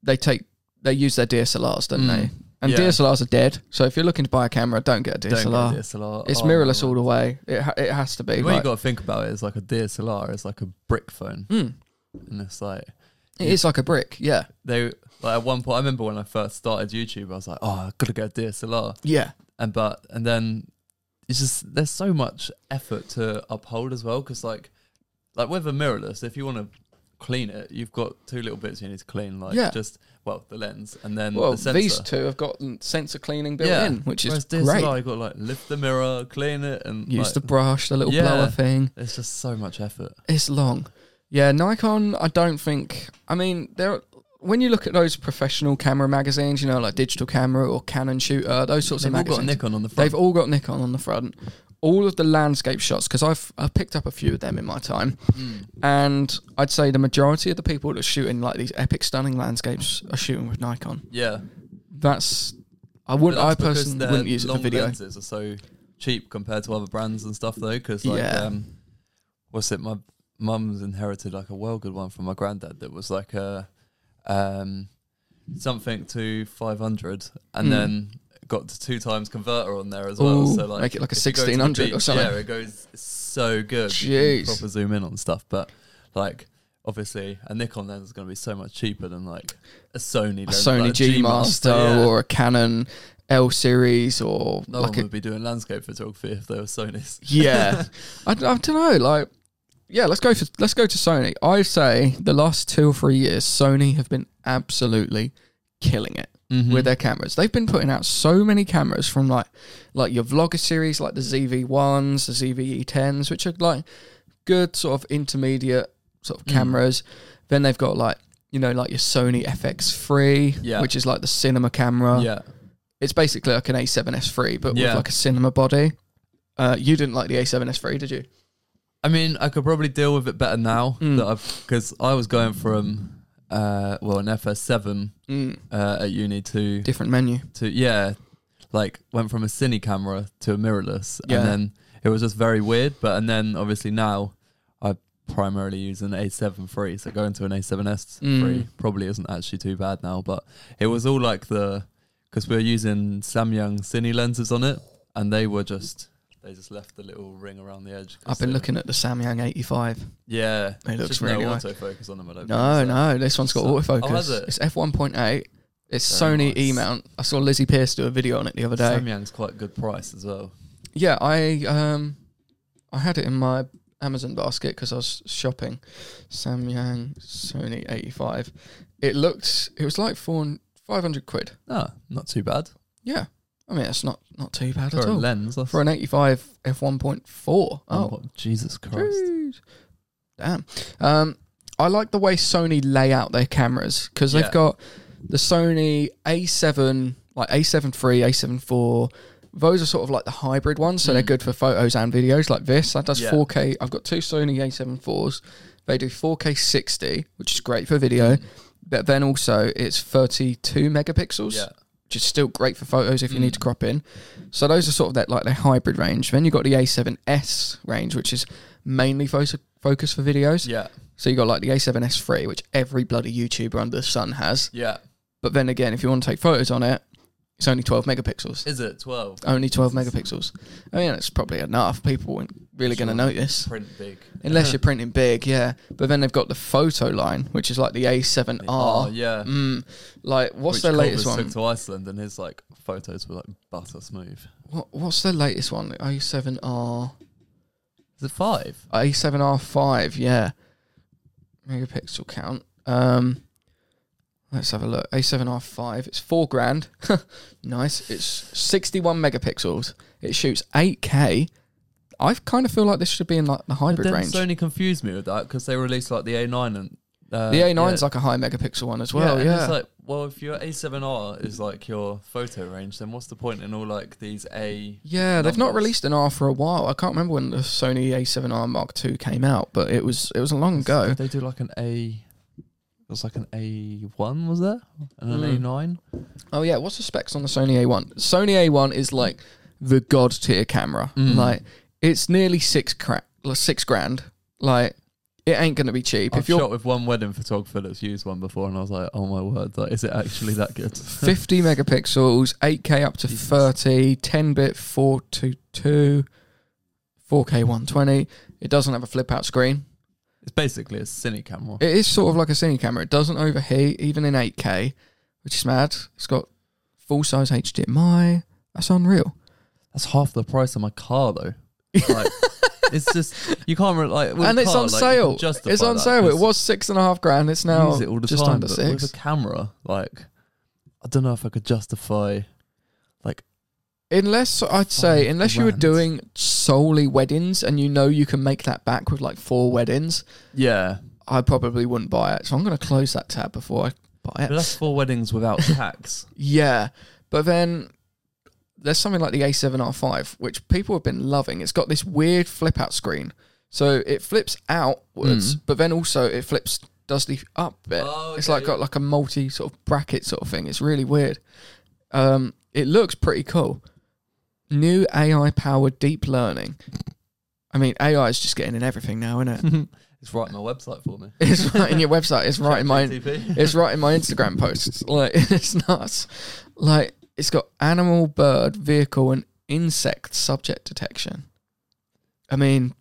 [SPEAKER 1] they take they use their DSLRs, don't
[SPEAKER 2] Mm.
[SPEAKER 1] they? And
[SPEAKER 2] Yeah.
[SPEAKER 1] DSLRs are dead. So if you're looking to buy a camera, don't get a
[SPEAKER 2] don't get a
[SPEAKER 1] DSLR.
[SPEAKER 2] DSLR.
[SPEAKER 1] It's
[SPEAKER 2] Oh,
[SPEAKER 1] mirrorless
[SPEAKER 2] man.
[SPEAKER 1] all the way. It ha- it has to be.
[SPEAKER 2] The way you
[SPEAKER 1] like-
[SPEAKER 2] got to think about it is like a DSLR is like a brick phone,
[SPEAKER 1] Mm.
[SPEAKER 2] and it's like
[SPEAKER 1] It is like a brick. Yeah.
[SPEAKER 2] they like at one point. I remember when I first started YouTube, I was like, oh, I gotta get a DSLR,
[SPEAKER 1] Yeah.
[SPEAKER 2] and but and then it's just there's so much effort to uphold as well because like like with a mirrorless, if you want to clean it, you've got two little bits you need to clean, like
[SPEAKER 1] Yeah.
[SPEAKER 2] just well the lens and then
[SPEAKER 1] Well,
[SPEAKER 2] the sensor.
[SPEAKER 1] these two have got mm, sensor cleaning built
[SPEAKER 2] Yeah.
[SPEAKER 1] in, which
[SPEAKER 2] Whereas
[SPEAKER 1] is
[SPEAKER 2] DSLR,
[SPEAKER 1] great.
[SPEAKER 2] you've got to like lift the mirror, clean it, and
[SPEAKER 1] Use
[SPEAKER 2] like,
[SPEAKER 1] the brush, the little
[SPEAKER 2] Yeah.
[SPEAKER 1] blower thing.
[SPEAKER 2] it's just so much effort.
[SPEAKER 1] It's long. Yeah, Nikon. I don't think. I mean, there. When you look at those professional camera magazines, you know, like Digital Camera or Canon Shooter, those sorts
[SPEAKER 2] They've
[SPEAKER 1] of
[SPEAKER 2] all
[SPEAKER 1] magazines.
[SPEAKER 2] got Nikon on the front.
[SPEAKER 1] They've all got Nikon on the front. All of the landscape shots, because I've I've picked up a few of them in my time,
[SPEAKER 2] Mm.
[SPEAKER 1] and I'd say the majority of the people that are shooting like these epic, stunning landscapes are shooting with Nikon.
[SPEAKER 2] Yeah,
[SPEAKER 1] That's I would
[SPEAKER 2] But
[SPEAKER 1] I
[SPEAKER 2] that's because
[SPEAKER 1] personally
[SPEAKER 2] their
[SPEAKER 1] wouldn't use it for
[SPEAKER 2] long
[SPEAKER 1] video.
[SPEAKER 2] Lenses are so cheap compared to other brands and stuff though, because like
[SPEAKER 1] Yeah.
[SPEAKER 2] um, what's it? My mum's inherited like a well good one from my granddad that was like a um something to five hundred, and
[SPEAKER 1] Mm.
[SPEAKER 2] then got to two times converter on there as well.
[SPEAKER 1] Ooh,
[SPEAKER 2] so like
[SPEAKER 1] make it like a
[SPEAKER 2] if you go to the
[SPEAKER 1] 1600 or
[SPEAKER 2] beach,
[SPEAKER 1] something.
[SPEAKER 2] Yeah, it goes so good. You can
[SPEAKER 1] Jeez.
[SPEAKER 2] proper zoom in on stuff, but like. Obviously, a Nikon lens is going to be so much cheaper than like a Sony
[SPEAKER 1] a
[SPEAKER 2] lens,
[SPEAKER 1] Sony
[SPEAKER 2] like
[SPEAKER 1] G Master
[SPEAKER 2] yeah.
[SPEAKER 1] or a Canon L series or
[SPEAKER 2] No
[SPEAKER 1] like
[SPEAKER 2] one
[SPEAKER 1] a
[SPEAKER 2] would be doing landscape photography if they were Sony's.
[SPEAKER 1] yeah.
[SPEAKER 2] <laughs>
[SPEAKER 1] I, don't know. Like yeah, let's go for let's go to Sony. I say the last two or three years, Sony have been absolutely killing it
[SPEAKER 2] Hmm.
[SPEAKER 1] with their cameras. They've been putting out so many cameras from like like your vlogger series, like the ZV ones, the ZVE tens, which are like good sort of intermediate sort of
[SPEAKER 2] Mm.
[SPEAKER 1] cameras. Then they've got like you know like your Sony FX3,
[SPEAKER 2] Yeah.
[SPEAKER 1] which is like the cinema camera.
[SPEAKER 2] yeah,
[SPEAKER 1] It's basically like an A7S3, but with
[SPEAKER 2] Yeah.
[SPEAKER 1] like a cinema body. Uh, you didn't like the A7S3, did you?
[SPEAKER 2] I mean, I could probably deal with it better now
[SPEAKER 1] Mm.
[SPEAKER 2] that I've because I was going from uh, well an FS7
[SPEAKER 1] Mm.
[SPEAKER 2] uh, at uni to
[SPEAKER 1] Different menu.
[SPEAKER 2] to yeah, like went from a cine camera to a mirrorless,
[SPEAKER 1] Yeah.
[SPEAKER 2] and then it was just very weird. But and then obviously now I primarily use an A7 III, so going to an A7S III
[SPEAKER 1] Mm.
[SPEAKER 2] probably isn't actually too bad now. But it was all like the because we were using Samyang cine lenses on it, and they were just they just left the little ring around the edge. 'cause
[SPEAKER 1] I've been
[SPEAKER 2] they-
[SPEAKER 1] looking at the Samyang 85.
[SPEAKER 2] Yeah,
[SPEAKER 1] It
[SPEAKER 2] it's
[SPEAKER 1] looks
[SPEAKER 2] just
[SPEAKER 1] really
[SPEAKER 2] no
[SPEAKER 1] nice.
[SPEAKER 2] autofocus on them. I don't
[SPEAKER 1] No,
[SPEAKER 2] think, so.
[SPEAKER 1] no, this one's got
[SPEAKER 2] So-
[SPEAKER 1] autofocus.
[SPEAKER 2] Oh, has it?
[SPEAKER 1] It's f1.8. It's
[SPEAKER 2] Very
[SPEAKER 1] Sony
[SPEAKER 2] nice.
[SPEAKER 1] E mount. I saw Lizzie Pierce do a video on it the other day.
[SPEAKER 2] Samyang's quite a good price as well.
[SPEAKER 1] Yeah, I um, I had it in my Amazon basket because I was shopping. Samyang Sony 85. It looked. It was like four five hundred quid.
[SPEAKER 2] No, Ah, not too bad
[SPEAKER 1] Yeah, I mean it's not not too bad
[SPEAKER 2] for
[SPEAKER 1] at
[SPEAKER 2] a
[SPEAKER 1] all
[SPEAKER 2] lens. that's-
[SPEAKER 1] for an 85 f1.4.
[SPEAKER 2] Oh,
[SPEAKER 1] Oh,
[SPEAKER 2] Jesus Christ!
[SPEAKER 1] Jeez. damn. Um, I like the way Sony lay out their cameras because
[SPEAKER 2] Yeah.
[SPEAKER 1] they've got the Sony A7, like A7 III, A7 IV. Those are sort of like the hybrid ones, so they're
[SPEAKER 2] Mm.
[SPEAKER 1] good for photos and videos like this. That does
[SPEAKER 2] Yeah.
[SPEAKER 1] 4K. I've got two Sony A7 IVs. They do 4K 60, which is great for
[SPEAKER 2] Mm.
[SPEAKER 1] video, but then also it's 32 megapixels,
[SPEAKER 2] Yeah.
[SPEAKER 1] which is still great for photos if you need to
[SPEAKER 2] Mm.
[SPEAKER 1] crop in. So those are sort of that like their hybrid range. Then you've got the A7S range, which is mainly focus focus for videos.
[SPEAKER 2] Yeah.
[SPEAKER 1] So you got like the A7S3, which every bloody YouTuber under the sun has.
[SPEAKER 2] Yeah.
[SPEAKER 1] But then again, if you want to take photos on it, it's only 12 megapixels.
[SPEAKER 2] Is it 12?
[SPEAKER 1] Only 12 megapixels. I mean, it's probably enough. People aren't really going to
[SPEAKER 2] Sure.
[SPEAKER 1] notice.
[SPEAKER 2] Print big.
[SPEAKER 1] Unless
[SPEAKER 2] <laughs>
[SPEAKER 1] you're printing big, yeah. But then they've got the photo line, which is like the A7R.
[SPEAKER 2] Oh, yeah.
[SPEAKER 1] Mm, like, what's
[SPEAKER 2] Which
[SPEAKER 1] their latest one?
[SPEAKER 2] Columbus Took to Iceland and his like photos were like butter smooth.
[SPEAKER 1] What, what's their latest one? A7R.
[SPEAKER 2] Is it five?
[SPEAKER 1] A7R5, yeah. Megapixel count. Um, let's have a look. A7R5, it's four grand. <laughs> nice. It's 61 megapixels. It shoots 8K. I kind of feel like this should be in like the hybrid
[SPEAKER 2] then
[SPEAKER 1] range.
[SPEAKER 2] Sony confused me with that because they released like the A9 and uh,
[SPEAKER 1] the A9's like a high megapixel one as well, yeah.
[SPEAKER 2] and It's like, well, if your A7R is like your photo range, then what's the point in all like these A?
[SPEAKER 1] Yeah, they've not
[SPEAKER 2] numbers.
[SPEAKER 1] released an R for a while. I can't remember when the Sony A7R Mark II came out, but it was it was a long ago.
[SPEAKER 2] Did They do like an A. It was like an A1, was there? And an
[SPEAKER 1] Mm.
[SPEAKER 2] A9?
[SPEAKER 1] Oh yeah, what's the specs on the Sony A1? Sony A1 is like the god tier camera.
[SPEAKER 2] Mm.
[SPEAKER 1] Like it's nearly six cra- like, six grand. Like it ain't gonna be cheap.
[SPEAKER 2] I've
[SPEAKER 1] if you're
[SPEAKER 2] shot <laughs> with one wedding photographer that's used one before, and I was like, oh my word, like, is it actually that good? <laughs>
[SPEAKER 1] 50 megapixels, 8K up to
[SPEAKER 2] Jesus.
[SPEAKER 1] 30, 10 bit 422, 4K 120. It doesn't have a flip out screen.
[SPEAKER 2] it's basically a cine camera.
[SPEAKER 1] It is sort of like a cine camera. It doesn't overheat, even in 8K, which is mad. It's got full size HDMI. That's unreal.
[SPEAKER 2] That's half the price of my car, though. Like, it's just
[SPEAKER 1] <laughs>
[SPEAKER 2] you can't re- like, with
[SPEAKER 1] and
[SPEAKER 2] a
[SPEAKER 1] it's
[SPEAKER 2] car,
[SPEAKER 1] on
[SPEAKER 2] like, you
[SPEAKER 1] sale.
[SPEAKER 2] can justify
[SPEAKER 1] It's on
[SPEAKER 2] that
[SPEAKER 1] sale. It
[SPEAKER 2] 'cause
[SPEAKER 1] was six and a half grand. It's
[SPEAKER 2] you
[SPEAKER 1] now
[SPEAKER 2] use it all the
[SPEAKER 1] just
[SPEAKER 2] time,
[SPEAKER 1] under
[SPEAKER 2] but
[SPEAKER 1] six.
[SPEAKER 2] With a camera, like, I don't know if I could justify.
[SPEAKER 1] Unless I'd say,
[SPEAKER 2] Five
[SPEAKER 1] unless you were
[SPEAKER 2] grand.
[SPEAKER 1] doing solely weddings and you know you can make that back with like four weddings,
[SPEAKER 2] Yeah,
[SPEAKER 1] I probably wouldn't buy it. So I'm going to close that tab before I buy it.
[SPEAKER 2] but that's four
[SPEAKER 1] <laughs>
[SPEAKER 2] weddings without tax.
[SPEAKER 1] Yeah, but then there's something like the A7R5, which people have been loving. It's got this weird flip out screen, so it flips outwards,
[SPEAKER 2] Mm.
[SPEAKER 1] but then also it flips does the up bit.
[SPEAKER 2] Oh,
[SPEAKER 1] It's like
[SPEAKER 2] okay.
[SPEAKER 1] got like a multi sort of bracket sort of thing. It's really weird. Um, it looks pretty cool. New AI powered deep learning. I mean, AI is just getting in everything now,
[SPEAKER 2] <laughs>
[SPEAKER 1] isn't it?
[SPEAKER 2] <laughs> it's right on my website for me.
[SPEAKER 1] <laughs> it's right in your website. It's right in
[SPEAKER 2] <laughs>
[SPEAKER 1] my
[SPEAKER 2] ChatGPT.
[SPEAKER 1] it's right in my Instagram posts. Like <laughs> it's nuts. Like it's got animal, bird, vehicle, and insect subject detection. I mean,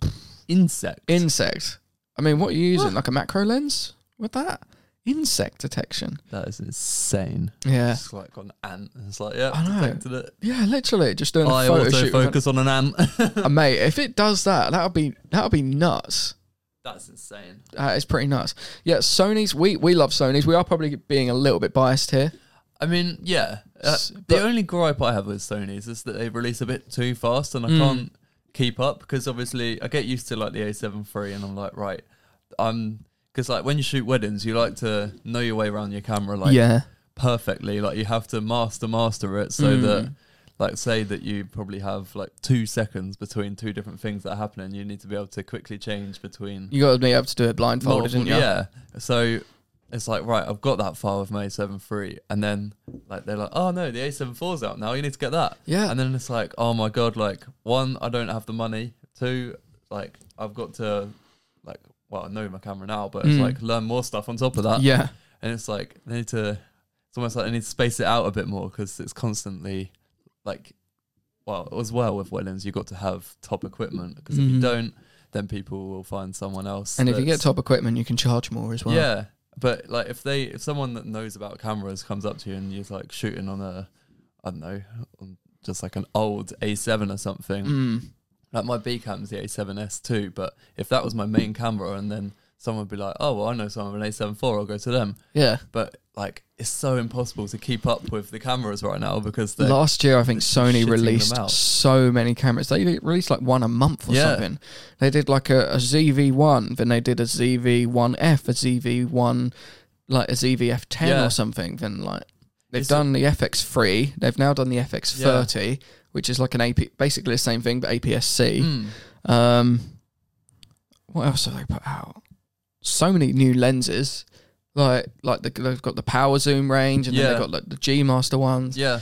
[SPEAKER 2] insect.
[SPEAKER 1] insect. I mean, what are you using? Like a macro lens with that insect detection?
[SPEAKER 2] that is insane.
[SPEAKER 1] Yeah,
[SPEAKER 2] It's like got an ant. and It's like yeah,
[SPEAKER 1] I know.
[SPEAKER 2] detected it.
[SPEAKER 1] yeah. Literally, just doing a
[SPEAKER 2] I
[SPEAKER 1] photo
[SPEAKER 2] also
[SPEAKER 1] shoot. with
[SPEAKER 2] focus on an <laughs> ant.
[SPEAKER 1] an- Uh, mate, if it does that, that'll be that'll be nuts.
[SPEAKER 2] That's insane.
[SPEAKER 1] Uh, it's pretty nuts. Yeah, Sony's. We we love Sony's. We are probably being a little bit biased here.
[SPEAKER 2] I mean, yeah. Uh,
[SPEAKER 1] S-
[SPEAKER 2] the
[SPEAKER 1] but-
[SPEAKER 2] only gripe I have with Sony is just that they release a bit too fast, and I
[SPEAKER 1] Mm.
[SPEAKER 2] can't keep up because obviously I get used to like the A7 III, and I'm like, right, I'm because like when you shoot weddings, you like to know your way around your camera like
[SPEAKER 1] yeah,
[SPEAKER 2] perfectly. Like you have to master master it so
[SPEAKER 1] Mm.
[SPEAKER 2] that. Like say that you probably have like two seconds between two different things that are happening. You need to be able to quickly change between
[SPEAKER 1] you got to be able to do it blindfolded, didn't you?
[SPEAKER 2] Multiple- Yeah. So it's like, right, I've got that file with my A7 III. And then like they're like, oh no, the A7 IV's out now. You need to get that.
[SPEAKER 1] Yeah.
[SPEAKER 2] And then it's like, oh my God, like one, I don't have the money. Two, like I've got to like, well, I know my camera now, but it's
[SPEAKER 1] Mm.
[SPEAKER 2] like learn more stuff on top of that.
[SPEAKER 1] yeah.
[SPEAKER 2] And it's like, I need to, it's almost like I need to space it out a bit more because it's constantly like, well, as well with weddings, you've got to have top equipment because if
[SPEAKER 1] Mhm.
[SPEAKER 2] you don't, then people will find someone else.
[SPEAKER 1] And if you
[SPEAKER 2] that's-
[SPEAKER 1] get top equipment, you can charge more as well.
[SPEAKER 2] yeah, but like if they if someone that knows about cameras comes up to you and you're like shooting on a I don't know on just like an old A7 or something.
[SPEAKER 1] Mm.
[SPEAKER 2] Like my B cam's the A7S too, but if that was my main camera and then someone would be like, "Oh, well, I know someone with an A7 IV, I'll go to them."
[SPEAKER 1] Yeah.
[SPEAKER 2] But like it's so impossible to keep up with the cameras right now because they're
[SPEAKER 1] Last year, I think
[SPEAKER 2] it's
[SPEAKER 1] Sony
[SPEAKER 2] shitting them
[SPEAKER 1] released
[SPEAKER 2] out.
[SPEAKER 1] so many cameras. They re- released like one a month or
[SPEAKER 2] Yeah.
[SPEAKER 1] something. They did like a, a ZV1, then they did a ZV1F, a ZV1, like a ZVF10
[SPEAKER 2] Yeah.
[SPEAKER 1] or something. Then like they've
[SPEAKER 2] It's a-
[SPEAKER 1] done the FX3, they've now done the FX30, which is like an AP, basically the same thing but APS-C.
[SPEAKER 2] Mm.
[SPEAKER 1] Um, what else have they put out? so many new lenses. Like, like the, they've got the power zoom range, and then
[SPEAKER 2] Yeah.
[SPEAKER 1] they've got like the G Master ones.
[SPEAKER 2] Yeah,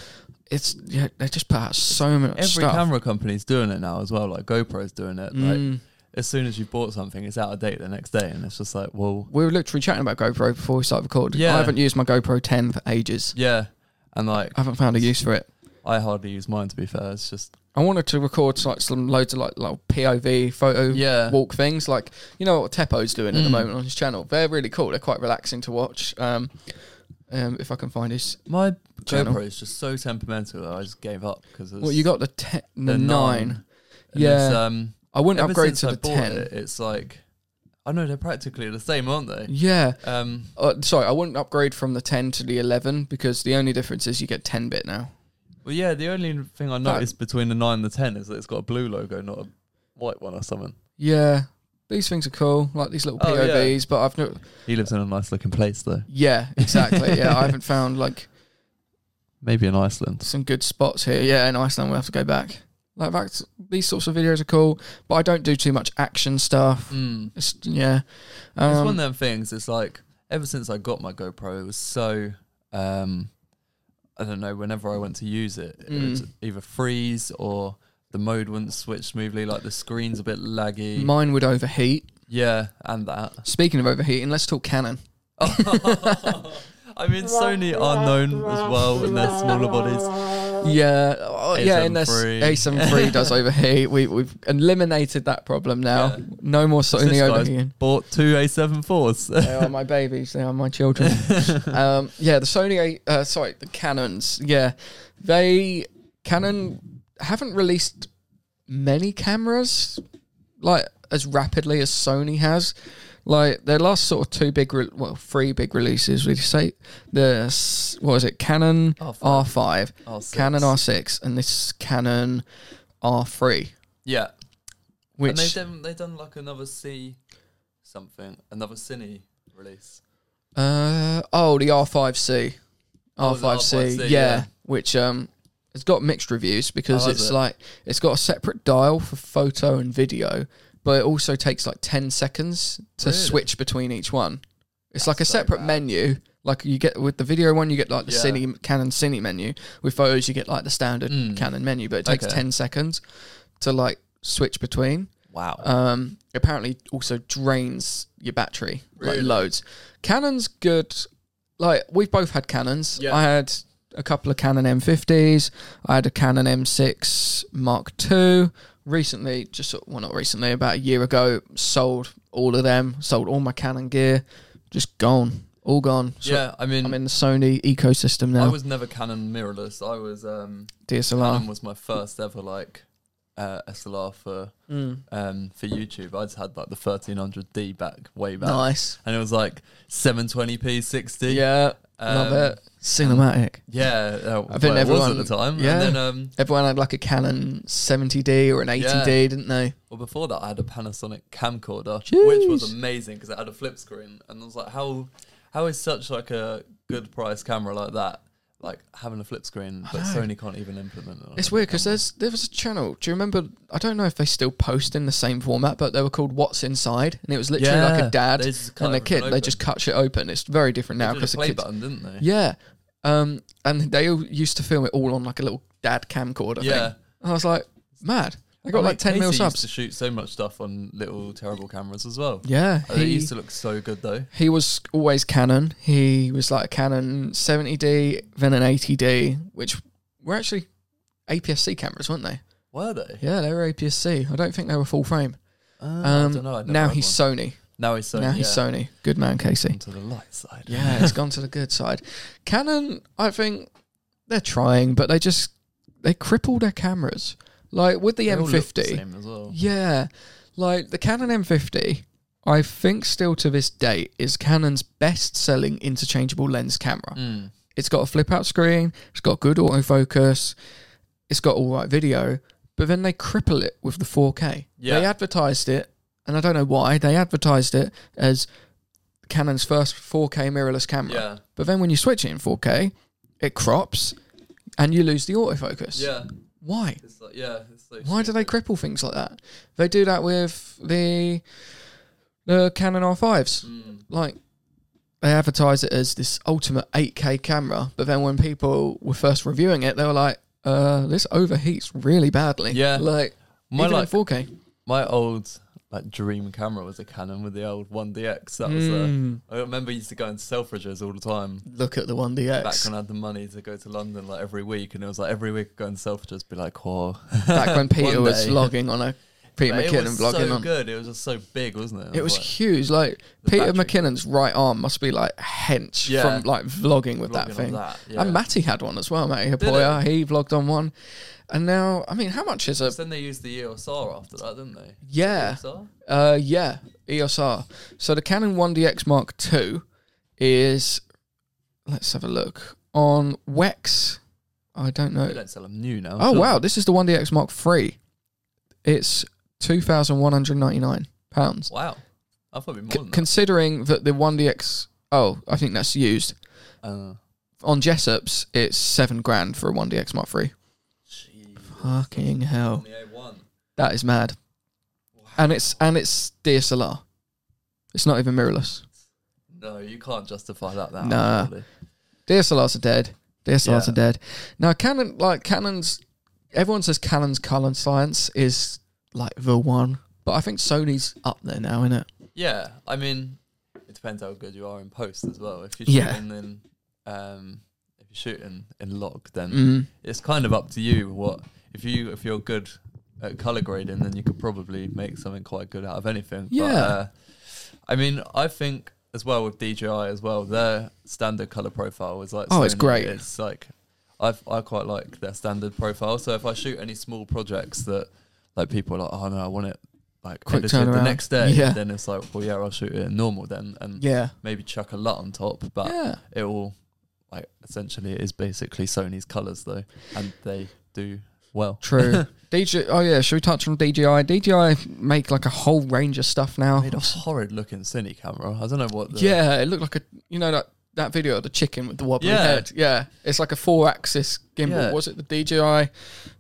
[SPEAKER 1] It's yeah, they just put out so much
[SPEAKER 2] every
[SPEAKER 1] stuff.
[SPEAKER 2] camera company's doing it now as well. Like GoPro's doing it. Like
[SPEAKER 1] Mm.
[SPEAKER 2] as soon as you bought something, it's out of date the next day, and it's just like, well,
[SPEAKER 1] we were literally chatting about GoPro before we started recording.
[SPEAKER 2] Yeah.
[SPEAKER 1] I haven't used my GoPro 10 for ages.
[SPEAKER 2] yeah. And like
[SPEAKER 1] I haven't found a use for it.
[SPEAKER 2] I hardly use mine to be fair. It's just
[SPEAKER 1] I wanted to record like some loads of like little POV photo
[SPEAKER 2] yeah,
[SPEAKER 1] walk things, like you know what Teppo's doing at the
[SPEAKER 2] Mm.
[SPEAKER 1] moment on his channel. They're really cool. They're quite relaxing to watch. Um, um, if I can find his,
[SPEAKER 2] my
[SPEAKER 1] Channel.
[SPEAKER 2] GoPro is just so temperamental. that I just gave up because
[SPEAKER 1] well, you got the, te- the nine.
[SPEAKER 2] the nine. And
[SPEAKER 1] Yeah.
[SPEAKER 2] it's, um,
[SPEAKER 1] I wouldn't
[SPEAKER 2] ever
[SPEAKER 1] upgrade
[SPEAKER 2] since
[SPEAKER 1] to
[SPEAKER 2] I
[SPEAKER 1] the
[SPEAKER 2] bought
[SPEAKER 1] ten.
[SPEAKER 2] It, it's like I know they're practically the same, aren't they?
[SPEAKER 1] Yeah.
[SPEAKER 2] Um,
[SPEAKER 1] Uh, sorry, I wouldn't upgrade from the 10 to the 11 because the only difference is you get 10 bit now.
[SPEAKER 2] well, yeah. The only thing I noticed between the nine and the ten is that it's got a blue logo, not a white one or something.
[SPEAKER 1] Yeah, these things are cool, like these little
[SPEAKER 2] Oh, yeah.
[SPEAKER 1] POVs. But I've not,
[SPEAKER 2] He lives in a nice looking place though,
[SPEAKER 1] Yeah, exactly. yeah, I haven't found like
[SPEAKER 2] maybe in Iceland.
[SPEAKER 1] some good spots here. Yeah, in Iceland we'll have to go back. Like that's, these sorts of videos are cool, but I don't do too much action stuff.
[SPEAKER 2] Mm.
[SPEAKER 1] It's, yeah,
[SPEAKER 2] it's
[SPEAKER 1] um,
[SPEAKER 2] one of them things. It's like ever since I got my GoPro, it was so um, I don't know. Whenever I went to use it, it
[SPEAKER 1] Mm.
[SPEAKER 2] would either freeze or the mode wouldn't switch smoothly. Like the screen's a bit laggy.
[SPEAKER 1] mine would overheat.
[SPEAKER 2] yeah, and that.
[SPEAKER 1] <laughs>
[SPEAKER 2] <laughs>
[SPEAKER 1] Speaking of overheating, let's talk Canon.
[SPEAKER 2] I mean, Sony are known as well in their smaller bodies.
[SPEAKER 1] Yeah, oh, yeah, and this
[SPEAKER 2] A73.
[SPEAKER 1] A73 does
[SPEAKER 2] <laughs>
[SPEAKER 1] overheat. We, we've eliminated that problem now.
[SPEAKER 2] Yeah.
[SPEAKER 1] No more
[SPEAKER 2] So this
[SPEAKER 1] Sony
[SPEAKER 2] guy's
[SPEAKER 1] overheating.
[SPEAKER 2] bought two <laughs> A74s.
[SPEAKER 1] they are my babies. They are my <laughs> children. um, yeah, the Sony, A- uh, sorry, the Canons. Yeah, they Canon haven't released many cameras like as rapidly as Sony has. Like their last sort of two big, re- well, three big releases. Would you say the s- what was it? Canon
[SPEAKER 2] R5.
[SPEAKER 1] R five,
[SPEAKER 2] R6.
[SPEAKER 1] Canon R six, and this Canon R three.
[SPEAKER 2] Yeah. and they've
[SPEAKER 1] Which
[SPEAKER 2] done, they've done like another C something, another Cine release.
[SPEAKER 1] Uh oh, the R5C,
[SPEAKER 2] Oh, the
[SPEAKER 1] R5C, yeah,
[SPEAKER 2] R5C, yeah.
[SPEAKER 1] which um, it's got mixed reviews because
[SPEAKER 2] Oh, has
[SPEAKER 1] it's
[SPEAKER 2] it?
[SPEAKER 1] like it's got a separate dial for photo and video, but it also takes like ten seconds to
[SPEAKER 2] Really?
[SPEAKER 1] switch between each one. It's like a
[SPEAKER 2] That's so
[SPEAKER 1] separate
[SPEAKER 2] bad.
[SPEAKER 1] menu. Like you get with the video one, you get like the
[SPEAKER 2] Yeah.
[SPEAKER 1] cine Canon cine menu. With photos, you get like the standard
[SPEAKER 2] Mm.
[SPEAKER 1] Canon menu, but it takes
[SPEAKER 2] Okay.
[SPEAKER 1] ten seconds to like switch between.
[SPEAKER 2] Wow.
[SPEAKER 1] Um, apparently, also drains your battery
[SPEAKER 2] Really?
[SPEAKER 1] like loads. Canon's good. Like we've both had Canons.
[SPEAKER 2] Yeah.
[SPEAKER 1] I had a couple of Canon M50s. I had a Canon M6 Mark II. Recently, just sort- well, not recently, about a year ago, sold all of them. Sold all my Canon gear. Just gone, all gone. So
[SPEAKER 2] yeah, I mean,
[SPEAKER 1] I'm in the Sony ecosystem now.
[SPEAKER 2] I was never Canon mirrorless. I was um,
[SPEAKER 1] DSLR.
[SPEAKER 2] Canon was my first ever like uh, SLR for
[SPEAKER 1] Mm.
[SPEAKER 2] um, for YouTube. I just had like the 1300D back way back,
[SPEAKER 1] Nice.
[SPEAKER 2] and it was like 720p 60.
[SPEAKER 1] Yeah,
[SPEAKER 2] um,
[SPEAKER 1] love it. Cinematic.
[SPEAKER 2] Yeah, uh,
[SPEAKER 1] I think
[SPEAKER 2] well, it was
[SPEAKER 1] everyone-
[SPEAKER 2] at the time.
[SPEAKER 1] yeah.
[SPEAKER 2] And then, um,
[SPEAKER 1] Everyone had like a Canon 70D or an 80D,
[SPEAKER 2] Yeah.
[SPEAKER 1] didn't they?
[SPEAKER 2] well, before that, I had a Panasonic camcorder, which
[SPEAKER 1] Jeez.
[SPEAKER 2] was amazing because it had a flip screen, and I was like, how how is such like a good price camera like that? Like having a flip screen, but
[SPEAKER 1] know.
[SPEAKER 2] Sony can't even implement it. on
[SPEAKER 1] It's
[SPEAKER 2] their
[SPEAKER 1] weird because
[SPEAKER 2] camera.
[SPEAKER 1] there's there was a channel. Do you remember? I don't know if they still post in the same format, but they were called What's Inside, and it was literally like
[SPEAKER 2] Yeah,
[SPEAKER 1] a dad
[SPEAKER 2] they just cut
[SPEAKER 1] and a
[SPEAKER 2] everything
[SPEAKER 1] kid. They
[SPEAKER 2] open.
[SPEAKER 1] just cut shit open. It's very different
[SPEAKER 2] They
[SPEAKER 1] now
[SPEAKER 2] did a
[SPEAKER 1] because the
[SPEAKER 2] play
[SPEAKER 1] kids.
[SPEAKER 2] button, didn't they?
[SPEAKER 1] Yeah, um, and they all used to film it all on like a little dad camcorder.
[SPEAKER 2] Yeah.
[SPEAKER 1] thing. And I was like, mad. I got
[SPEAKER 2] mean,
[SPEAKER 1] like ten mil
[SPEAKER 2] Casey Used
[SPEAKER 1] subs.
[SPEAKER 2] to shoot so much stuff on little terrible cameras as well.
[SPEAKER 1] Yeah,
[SPEAKER 2] Uh, it used to look so good though.
[SPEAKER 1] He was always Canon. He was like a Canon 70D, then an 80D, which were actually APS-C cameras, weren't they?
[SPEAKER 2] Were they?
[SPEAKER 1] Yeah, they were APS-C. I don't think they were full frame.
[SPEAKER 2] Uh, I
[SPEAKER 1] Um,
[SPEAKER 2] don't know. I never
[SPEAKER 1] now
[SPEAKER 2] had
[SPEAKER 1] he's Sony.
[SPEAKER 2] one. now he's so
[SPEAKER 1] now
[SPEAKER 2] yeah.
[SPEAKER 1] he's Sony. Good man, Casey.
[SPEAKER 2] onto the light side.
[SPEAKER 1] Yeah, it's gone to the good side. Canon, I think they're trying, but they just they cripple their cameras. Like with the
[SPEAKER 2] They all look
[SPEAKER 1] M50,
[SPEAKER 2] the same as well.
[SPEAKER 1] yeah, like the Canon M50, I think still to this date is Canon's best-selling interchangeable lens camera.
[SPEAKER 2] Mm.
[SPEAKER 1] It's got a flip-out screen. It's got good autofocus. It's got all right video. But then they cripple it with the 4K.
[SPEAKER 2] Yeah.
[SPEAKER 1] They advertised it, and I don't know why they advertised it as Canon's first 4K mirrorless camera.
[SPEAKER 2] Yeah,
[SPEAKER 1] But then when you switch it in 4K, it crops, and you lose the autofocus.
[SPEAKER 2] yeah,
[SPEAKER 1] Why?
[SPEAKER 2] it's like yeah. It's so
[SPEAKER 1] Why do they
[SPEAKER 2] stupid.
[SPEAKER 1] cripple things like that? They do that with the the Canon R5s.
[SPEAKER 2] Hmm.
[SPEAKER 1] Like they advertise it as this ultimate 8K camera, but then when people were first reviewing it, they were like, uh, "This overheats really badly."
[SPEAKER 2] Yeah.
[SPEAKER 1] like
[SPEAKER 2] My
[SPEAKER 1] even
[SPEAKER 2] like
[SPEAKER 1] in 4K.
[SPEAKER 2] my old like dream camera was a Canon with the old 1DX. That was uh,
[SPEAKER 1] Mm.
[SPEAKER 2] I remember I used to go into Selfridges all the time.
[SPEAKER 1] Look at the
[SPEAKER 2] Back
[SPEAKER 1] 1DX.
[SPEAKER 2] when I had the money to go to London like every week, and it was like every week I'd go and Selfridges, be like, <laughs> "Oh,
[SPEAKER 1] Back when Peter
[SPEAKER 2] One
[SPEAKER 1] was
[SPEAKER 2] day.
[SPEAKER 1] vlogging on a Peter
[SPEAKER 2] But it
[SPEAKER 1] McKinnon
[SPEAKER 2] was
[SPEAKER 1] vlogging
[SPEAKER 2] so
[SPEAKER 1] on.
[SPEAKER 2] good. It was just so big, wasn't it?
[SPEAKER 1] It was
[SPEAKER 2] like,
[SPEAKER 1] huge. Like
[SPEAKER 2] The
[SPEAKER 1] Peter
[SPEAKER 2] battery.
[SPEAKER 1] McKinnon's right arm must be like hench
[SPEAKER 2] Yeah.
[SPEAKER 1] from like vlogging with
[SPEAKER 2] vlogging
[SPEAKER 1] that
[SPEAKER 2] on
[SPEAKER 1] thing.
[SPEAKER 2] that, yeah.
[SPEAKER 1] And Matty had one as well, Matty Hapoya. He vlogged on one. And now, I mean, how much is a
[SPEAKER 2] 'Cause then they used the EOSR after that, didn't they?
[SPEAKER 1] yeah,
[SPEAKER 2] EOSR?
[SPEAKER 1] uh, yeah, EOS R. So the Canon 1DX Mark II is, let's have a look on Wex. I don't
[SPEAKER 2] They
[SPEAKER 1] know.
[SPEAKER 2] don't sell them new now.
[SPEAKER 1] Oh
[SPEAKER 2] do
[SPEAKER 1] wow,
[SPEAKER 2] they?
[SPEAKER 1] this is the 1DX Mark III. It's two thousand one hundred ninety nine pounds.
[SPEAKER 2] Wow. I thought it'd be
[SPEAKER 1] C-
[SPEAKER 2] more than
[SPEAKER 1] considering that the 1DX, oh, I think that's used.
[SPEAKER 2] that. Uh,
[SPEAKER 1] on Jessup's, it's seven grand for a 1DX Mark III.
[SPEAKER 2] jeez.
[SPEAKER 1] Fucking hell,
[SPEAKER 2] On the A1.
[SPEAKER 1] that is mad. And it's and it's DSLR. It's not even mirrorless.
[SPEAKER 2] No, you can't justify that. That
[SPEAKER 1] Nah.
[SPEAKER 2] surely.
[SPEAKER 1] DSLRs are dead. DSLRs
[SPEAKER 2] Yeah.
[SPEAKER 1] are dead. Now Canon, like Canon's, everyone says Canon's Canon Science is like the one, but I think Sony's up there now, isn't it?
[SPEAKER 2] Yeah, I mean, it depends how good you are in post as well. If you're
[SPEAKER 1] Yeah.
[SPEAKER 2] shooting in, um, if you're shooting in log, then
[SPEAKER 1] Mm.
[SPEAKER 2] it's kind of up to you. What if you if you're good at color grading, then you could probably make something quite good out of anything. But,
[SPEAKER 1] Yeah.
[SPEAKER 2] uh, I mean, I think as well with DJI as well, their standard color profile is like
[SPEAKER 1] Oh, it's
[SPEAKER 2] Sony.
[SPEAKER 1] great.
[SPEAKER 2] It's like I I quite like their standard profile. So if I shoot any small projects that like people are like, oh no, I want it like
[SPEAKER 1] Quick
[SPEAKER 2] edited the
[SPEAKER 1] turnaround.
[SPEAKER 2] next day,
[SPEAKER 1] Yeah.
[SPEAKER 2] then it's like, well yeah, I'll shoot it in normal then, and
[SPEAKER 1] Yeah.
[SPEAKER 2] maybe chuck a LUT on top, but
[SPEAKER 1] yeah.
[SPEAKER 2] it all like essentially it is basically Sony's colours though, and they do well. <laughs>
[SPEAKER 1] True. DJI. Oh yeah. Should we touch on DJI? DJI make like a whole range of stuff now.
[SPEAKER 2] Made a horrid looking cine camera. I don't know what. The,
[SPEAKER 1] Yeah, it looked like a you know that that video of the chicken with the wobbly
[SPEAKER 2] Yeah.
[SPEAKER 1] head. Yeah, it's like a four-axis gimbal.
[SPEAKER 2] Yeah.
[SPEAKER 1] Was it the DJI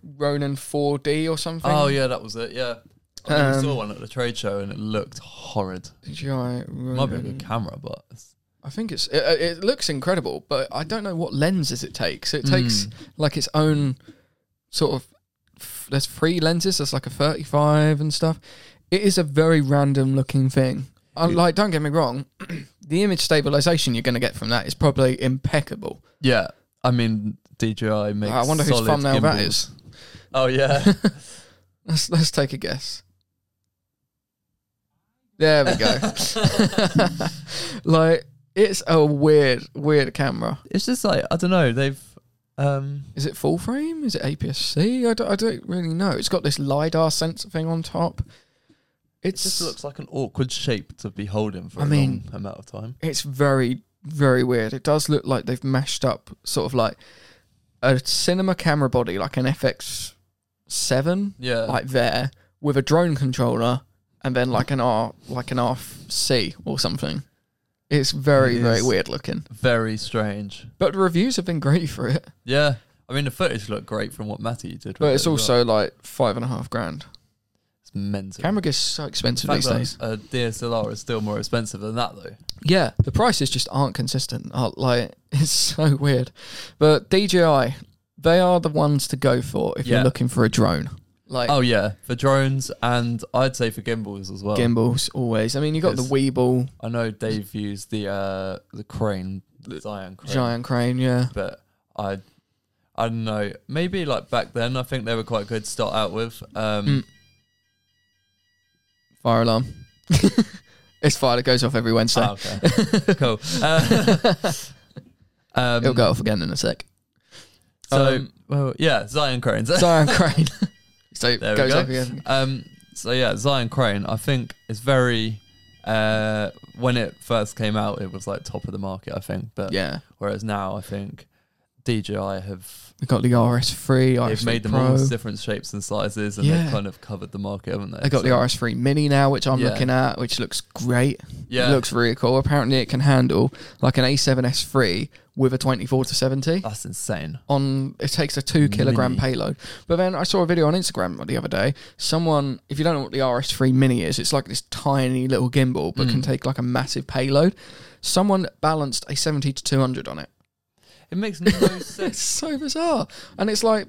[SPEAKER 1] Ronin 4D or something?
[SPEAKER 2] Oh yeah, that was it. Yeah. I think we
[SPEAKER 1] Um,
[SPEAKER 2] saw one at the trade show and it looked horrid.
[SPEAKER 1] DJI
[SPEAKER 2] Might be a good
[SPEAKER 1] Ronin.
[SPEAKER 2] camera, but it's-
[SPEAKER 1] I think it's it, it looks incredible, but I don't know what lenses it takes. It takes
[SPEAKER 2] Mm.
[SPEAKER 1] like its own sort of. f- There's three lenses. There's like a 35 and stuff. It is a very random looking thing. I,
[SPEAKER 2] Yeah.
[SPEAKER 1] like, don't get me wrong. <clears throat> the image stabilization you're going to get from that is probably impeccable.
[SPEAKER 2] yeah. I mean, DJI makes.
[SPEAKER 1] I wonder whose
[SPEAKER 2] solid
[SPEAKER 1] thumbnail that
[SPEAKER 2] gimbals.
[SPEAKER 1] is.
[SPEAKER 2] Oh yeah,
[SPEAKER 1] Let's let's take a guess. <laughs> There we
[SPEAKER 2] <laughs>
[SPEAKER 1] go. <laughs> like it's a weird, weird camera.
[SPEAKER 2] it's just like I don't know. They've um,
[SPEAKER 1] Is it full frame? Is it APS-C? I don't, I don't really know. It's got this lidar sensor thing on top.
[SPEAKER 2] it
[SPEAKER 1] It's
[SPEAKER 2] just looks like an awkward shape to be holding for
[SPEAKER 1] I
[SPEAKER 2] a
[SPEAKER 1] mean-
[SPEAKER 2] long amount of time.
[SPEAKER 1] it's very, very weird. It does look like they've mashed up sort of like a cinema camera body, like an FX seven,
[SPEAKER 2] Yeah,
[SPEAKER 1] like there, with a drone controller, and then like an R, like an RC or something. It's very,
[SPEAKER 2] It
[SPEAKER 1] very
[SPEAKER 2] is.
[SPEAKER 1] weird looking.
[SPEAKER 2] very strange.
[SPEAKER 1] But the reviews have been great for it.
[SPEAKER 2] Yeah, I mean the footage looked great from what Matty did. with
[SPEAKER 1] But
[SPEAKER 2] it
[SPEAKER 1] it's
[SPEAKER 2] as well.
[SPEAKER 1] also like five and a half grand.
[SPEAKER 2] it's mental.
[SPEAKER 1] Camera gear's so expensive
[SPEAKER 2] The fact
[SPEAKER 1] these
[SPEAKER 2] that uh,
[SPEAKER 1] days.
[SPEAKER 2] A DSLR is still more expensive than that though.
[SPEAKER 1] Yeah, the prices just aren't consistent. Oh, like <laughs> it's so weird. But DJI, they are the ones to go for if
[SPEAKER 2] Yeah.
[SPEAKER 1] you're looking for a drone. Like
[SPEAKER 2] Oh yeah, for drones and I'd say for gimbals as well.
[SPEAKER 1] gimbals, always. I mean, you got the
[SPEAKER 2] Yes.
[SPEAKER 1] Weeble
[SPEAKER 2] I know Dave used the uh the crane, the Zion crane,
[SPEAKER 1] giant crane. Yeah,
[SPEAKER 2] but I. I don't know. Maybe like back then, I think they were quite good to start out with.
[SPEAKER 1] Hmm.
[SPEAKER 2] Um,
[SPEAKER 1] fire alarm. <laughs> it's fire that goes off every Wednesday.
[SPEAKER 2] ah, okay. <laughs> cool. Uh, <laughs> um,
[SPEAKER 1] It'll go off again in a sec. <laughs>
[SPEAKER 2] So,
[SPEAKER 1] Um,
[SPEAKER 2] well, yeah, Zion <laughs> cranes.
[SPEAKER 1] Zion crane. <laughs> so it
[SPEAKER 2] There we
[SPEAKER 1] goes
[SPEAKER 2] go.
[SPEAKER 1] off again.
[SPEAKER 2] Um, so yeah, Zion Crane. I think is very. Uh,
[SPEAKER 1] Uh,
[SPEAKER 2] when it first came out, it was like top of the market, I think. But
[SPEAKER 1] Yeah.
[SPEAKER 2] whereas now, I think DJI have
[SPEAKER 1] We got the RS3,
[SPEAKER 2] they've
[SPEAKER 1] RS3
[SPEAKER 2] made them all
[SPEAKER 1] Oh, Pro.
[SPEAKER 2] different shapes and sizes, and
[SPEAKER 1] Yeah.
[SPEAKER 2] they've kind of covered the market, haven't they?
[SPEAKER 1] They got the
[SPEAKER 2] So-
[SPEAKER 1] RS3 Mini now, which I'm
[SPEAKER 2] Yeah.
[SPEAKER 1] looking at, which looks great.
[SPEAKER 2] Yeah,
[SPEAKER 1] It looks really cool. Apparently, it can handle like an A7S3 with a 24 to 70.
[SPEAKER 2] that's insane.
[SPEAKER 1] on it takes a two kilogram
[SPEAKER 2] Mini.
[SPEAKER 1] payload. But then I saw a video on Instagram the other day. Someone, if you don't know what the RS3 Mini is, it's like this tiny little gimbal, but can take like a massive payload. Someone balanced a seventy to two hundred on it. <laughs>
[SPEAKER 2] It makes no
[SPEAKER 1] It's
[SPEAKER 2] sense.
[SPEAKER 1] so bizarre, and it's like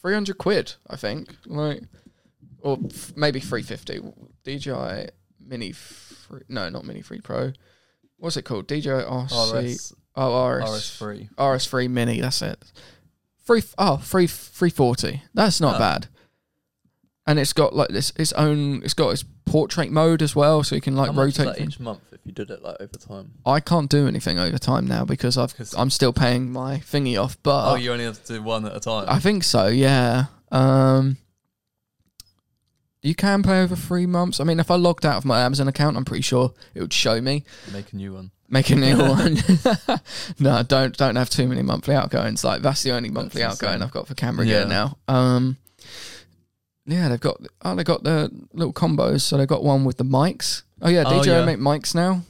[SPEAKER 1] three hundred quid, I think, like or f- maybe three fifty. DJI Mini, free, no, not Mini Free Pro. What's it called? DJI RC.
[SPEAKER 2] RS
[SPEAKER 1] Oh, RS
[SPEAKER 2] RS3.
[SPEAKER 1] RS3 Mini. That's it. Three oh three three forty. That's not
[SPEAKER 2] Oh.
[SPEAKER 1] bad. And it's got like this its own. It's got its portrait mode as well, so you can like
[SPEAKER 2] How much is
[SPEAKER 1] rotate.
[SPEAKER 2] that
[SPEAKER 1] things.
[SPEAKER 2] each month if you did it like over time.
[SPEAKER 1] I can't do anything over time now because I've
[SPEAKER 2] 'Cause-
[SPEAKER 1] I'm still paying my thingy off. But
[SPEAKER 2] oh, you only have to do one at a time.
[SPEAKER 1] I think so. Yeah. Um. You can pay over three months. I mean, if I logged out of my Amazon account, I'm pretty sure it would show me.
[SPEAKER 2] Make a new one.
[SPEAKER 1] Make a
[SPEAKER 2] <laughs>
[SPEAKER 1] new one. <laughs> no, don't don't have too many monthly outgoings. Like that's the only monthly
[SPEAKER 2] That's
[SPEAKER 1] outgoing
[SPEAKER 2] insane.
[SPEAKER 1] I've got for camera
[SPEAKER 2] Yeah.
[SPEAKER 1] gear now. Um, yeah, they've got oh they got the little combos. So they got one with the mics. Oh yeah,
[SPEAKER 2] Oh,
[SPEAKER 1] DJI
[SPEAKER 2] yeah.
[SPEAKER 1] make mics now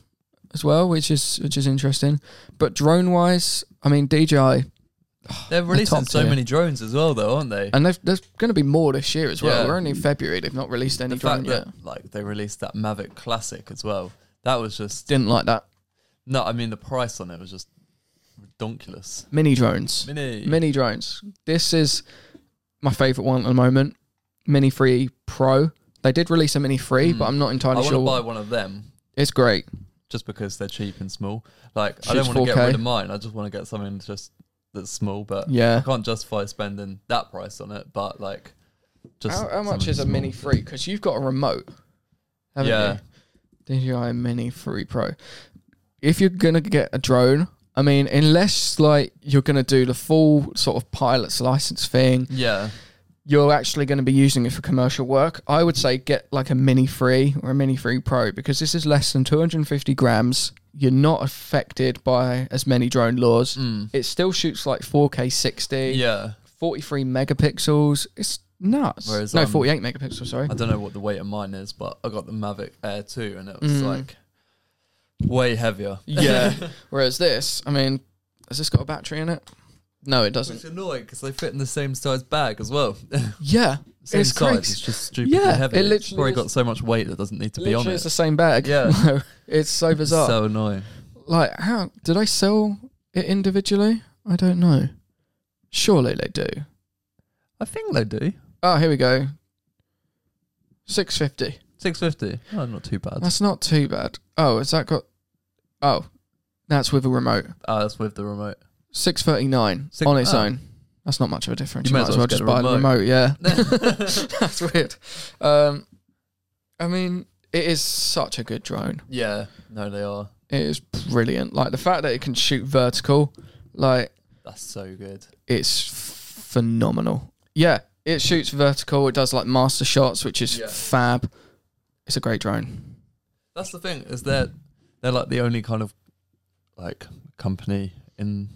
[SPEAKER 1] as well, which is which is interesting. But drone wise, I mean DJI,
[SPEAKER 2] They're releasing
[SPEAKER 1] top
[SPEAKER 2] so
[SPEAKER 1] tier.
[SPEAKER 2] many drones as well, though, aren't they?
[SPEAKER 1] and they've, there's going to be more this year as well.
[SPEAKER 2] Yeah.
[SPEAKER 1] We're only in February. They've not released any
[SPEAKER 2] the
[SPEAKER 1] drone
[SPEAKER 2] fact
[SPEAKER 1] yet.
[SPEAKER 2] that like they released that Mavic Classic as well. That was just
[SPEAKER 1] Didn't like that
[SPEAKER 2] no. I mean, the price on it was just redonkulous.
[SPEAKER 1] mini drones.
[SPEAKER 2] Mini.
[SPEAKER 1] Mini drones. This is my favorite one at the moment. Mini 3 Pro. They did release a Mini 3,
[SPEAKER 2] Mm.
[SPEAKER 1] but I'm not
[SPEAKER 2] I
[SPEAKER 1] entirely
[SPEAKER 2] want to
[SPEAKER 1] sure.
[SPEAKER 2] buy one of them
[SPEAKER 1] it's great.
[SPEAKER 2] just because they're cheap and small. Like I
[SPEAKER 1] Shoots
[SPEAKER 2] don't want to get
[SPEAKER 1] 4K.
[SPEAKER 2] rid of mine. I just want to get something that's just that's small, but I
[SPEAKER 1] Yeah.
[SPEAKER 2] can't justify spending that price on it. But like, just
[SPEAKER 1] How, how much
[SPEAKER 2] something
[SPEAKER 1] is a
[SPEAKER 2] small.
[SPEAKER 1] Mini 3? Because you've got a remote, haven't
[SPEAKER 2] Yeah,
[SPEAKER 1] you? DJI Mini 3 Pro. If you're going to get a drone, I mean, unless like you're going to do the full sort of pilot's license thing,
[SPEAKER 2] yeah.
[SPEAKER 1] you're actually going to be using it for commercial work, I would say get like a Mini 3 or a Mini 3 Pro because this is less than 250 grams. You're not affected by as many drone laws.
[SPEAKER 2] Mm.
[SPEAKER 1] It still shoots like 4K 60,
[SPEAKER 2] Yeah,
[SPEAKER 1] 43 megapixels. It's nuts.
[SPEAKER 2] Whereas,
[SPEAKER 1] no,
[SPEAKER 2] um,
[SPEAKER 1] 48 megapixels, sorry.
[SPEAKER 2] I don't know what the weight of mine is, but I got the Mavic Air 2 and it was
[SPEAKER 1] Mm.
[SPEAKER 2] like way heavier. <laughs>
[SPEAKER 1] yeah. Whereas this, I mean, has this got a battery in it? No, it doesn't.
[SPEAKER 2] It's annoying because they fit in the same size bag as well.
[SPEAKER 1] Yeah.
[SPEAKER 2] same
[SPEAKER 1] It's
[SPEAKER 2] size,
[SPEAKER 1] crazy.
[SPEAKER 2] it's just stupidly
[SPEAKER 1] Yeah,
[SPEAKER 2] heavy.
[SPEAKER 1] it
[SPEAKER 2] It's
[SPEAKER 1] literally
[SPEAKER 2] probably
[SPEAKER 1] is-
[SPEAKER 2] got so much weight that doesn't need to be on
[SPEAKER 1] Literally,
[SPEAKER 2] it.
[SPEAKER 1] it's the same bag.
[SPEAKER 2] Yeah.
[SPEAKER 1] <laughs> it's so
[SPEAKER 2] It's
[SPEAKER 1] bizarre.
[SPEAKER 2] so annoying.
[SPEAKER 1] like how did I sell it individually? I don't know. Surely they do.
[SPEAKER 2] I think they do.
[SPEAKER 1] Oh, here we go. Six fifty.
[SPEAKER 2] 650. Oh, not too bad.
[SPEAKER 1] That's not too bad. Oh, has that got? Oh, that's with a remote.
[SPEAKER 2] Ah, that's with
[SPEAKER 1] <laughs>
[SPEAKER 2] the remote. <laughs>
[SPEAKER 1] Six thirty nine
[SPEAKER 2] Six-
[SPEAKER 1] on its
[SPEAKER 2] oh.
[SPEAKER 1] own. That's not much of a difference. You,
[SPEAKER 2] You may
[SPEAKER 1] might as well
[SPEAKER 2] get
[SPEAKER 1] just
[SPEAKER 2] a
[SPEAKER 1] buy the
[SPEAKER 2] remote.
[SPEAKER 1] remote. Yeah, <laughs> that's weird. Um, I mean, it is such a good drone.
[SPEAKER 2] yeah, no, they are.
[SPEAKER 1] It is brilliant. Like the fact that it can shoot vertical, like
[SPEAKER 2] That's so good.
[SPEAKER 1] it's f- phenomenal. Yeah, it shoots vertical. It does like master shots, which is
[SPEAKER 2] Yeah.
[SPEAKER 1] fab. It's a great drone.
[SPEAKER 2] That's the thing is that they're like the only kind of like company in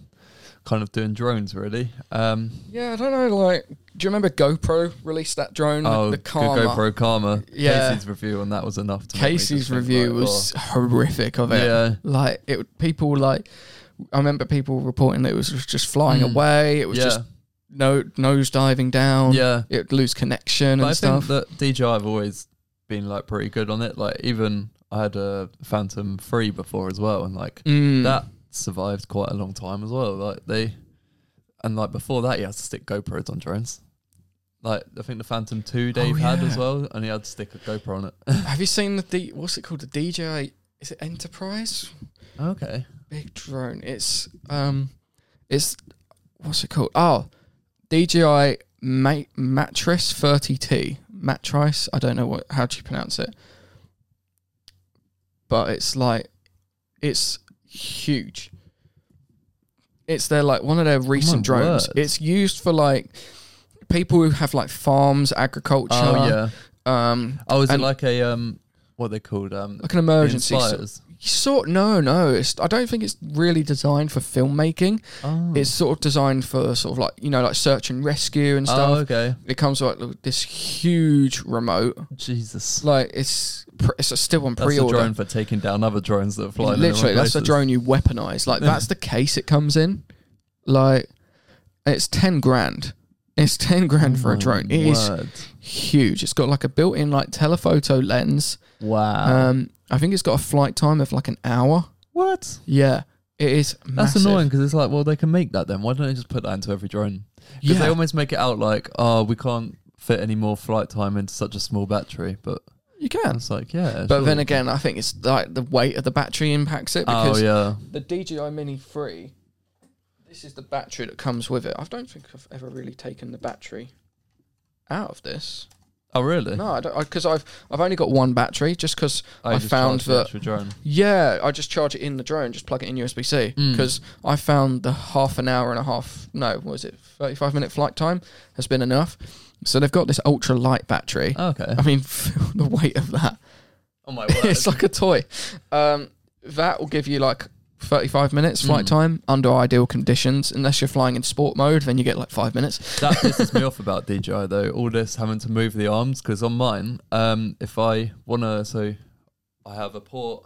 [SPEAKER 2] kind of doing drones really. Um,
[SPEAKER 1] Yeah, I don't know. Like, do you remember GoPro released that drone?
[SPEAKER 2] oh,
[SPEAKER 1] the
[SPEAKER 2] good
[SPEAKER 1] Karma.
[SPEAKER 2] GoPro Karma.
[SPEAKER 1] Yeah.
[SPEAKER 2] Casey's review on that was enough. To make me
[SPEAKER 1] Casey's
[SPEAKER 2] just think,
[SPEAKER 1] review
[SPEAKER 2] like,
[SPEAKER 1] was horrific of
[SPEAKER 2] oh,
[SPEAKER 1] it.
[SPEAKER 2] yeah,
[SPEAKER 1] Like, it would- people like. I remember people reporting that it was just flying
[SPEAKER 2] Mm.
[SPEAKER 1] away. It was
[SPEAKER 2] yeah,
[SPEAKER 1] just no nose diving down.
[SPEAKER 2] yeah.
[SPEAKER 1] It would lose connection
[SPEAKER 2] But I
[SPEAKER 1] and stuff.
[SPEAKER 2] think that DJI have always been like pretty good on it. Like even I had a Phantom Three before as well, and like
[SPEAKER 1] Mm.
[SPEAKER 2] that survived quite a long time as well. Like they, and like before that, you had to stick GoPros on drones. Like I think the Phantom Two Dave had
[SPEAKER 1] Oh, yeah.
[SPEAKER 2] as well, and he had to stick a GoPro on it.
[SPEAKER 1] Have you seen the D- what's it called? The DJI is it Enterprise?
[SPEAKER 2] okay,
[SPEAKER 1] big drone. It's um, it's what's it called? Oh, DJI Ma- Mattress 30T. Mattress. I don't know what how do you pronounce it, but it's like it's huge. It's their like one of their recent drones.
[SPEAKER 2] word.
[SPEAKER 1] It's used for like people who have like farms, agriculture.
[SPEAKER 2] oh yeah.
[SPEAKER 1] Um,
[SPEAKER 2] Oh, is it
[SPEAKER 1] And-
[SPEAKER 2] like a um, what are they called um,
[SPEAKER 1] like an emergency.
[SPEAKER 2] the inspires?
[SPEAKER 1] Sort no, no. It's, I don't think it's really designed for filmmaking.
[SPEAKER 2] Oh.
[SPEAKER 1] It's sort of designed for sort of like you know like search and rescue and stuff.
[SPEAKER 2] Oh, okay.
[SPEAKER 1] It comes with like this huge remote.
[SPEAKER 2] Jesus.
[SPEAKER 1] Like it's pr- it's still on
[SPEAKER 2] That's a
[SPEAKER 1] pre-order.
[SPEAKER 2] drone for taking down other drones that are flying. in the wrong
[SPEAKER 1] Literally, that's the
[SPEAKER 2] places.
[SPEAKER 1] drone you weaponize. Like that's the case it comes in. Like it's ten grand. It's ten grand for a
[SPEAKER 2] Oh My
[SPEAKER 1] drone. It is
[SPEAKER 2] word.
[SPEAKER 1] huge. It's got like a built-in like telephoto lens.
[SPEAKER 2] Wow.
[SPEAKER 1] Um, I think it's got a flight time of like an hour.
[SPEAKER 2] what?
[SPEAKER 1] Yeah, it is.
[SPEAKER 2] That's
[SPEAKER 1] massive.
[SPEAKER 2] annoying because it's like, well, they can make that then. Why don't they just put that into every drone? Because
[SPEAKER 1] Yeah,
[SPEAKER 2] they almost make it out like, oh, we can't fit any more flight time into such a small battery. But
[SPEAKER 1] you can.
[SPEAKER 2] it's like, yeah.
[SPEAKER 1] But then
[SPEAKER 2] surely.
[SPEAKER 1] again, I think it's like the weight of the battery impacts it
[SPEAKER 2] oh
[SPEAKER 1] because
[SPEAKER 2] yeah,
[SPEAKER 1] the DJI Mini 3. This is the battery that comes with it. I don't think I've ever really taken the battery out of this.
[SPEAKER 2] oh really?
[SPEAKER 1] No, I don't because I've I've only got one battery just because I
[SPEAKER 2] just
[SPEAKER 1] found
[SPEAKER 2] charged the
[SPEAKER 1] that- <laughs>
[SPEAKER 2] actual drone.
[SPEAKER 1] yeah, I just charge it in the drone, just plug it in USB C
[SPEAKER 2] Mm.
[SPEAKER 1] because I found the half an hour and a half no, what was it thirty five minute flight time has been enough. So they've got this ultra light battery.
[SPEAKER 2] Oh, okay.
[SPEAKER 1] I mean, <laughs> feel the weight of that.
[SPEAKER 2] Oh my
[SPEAKER 1] it's like a toy. Um, that will give you like 35 minutes flight
[SPEAKER 2] Mm.
[SPEAKER 1] time under ideal conditions. Unless you're flying in sport mode, then you get like five minutes.
[SPEAKER 2] that pisses me off about DJI though. All this having to move the arms because on mine, um, if I wanna, so I have a port.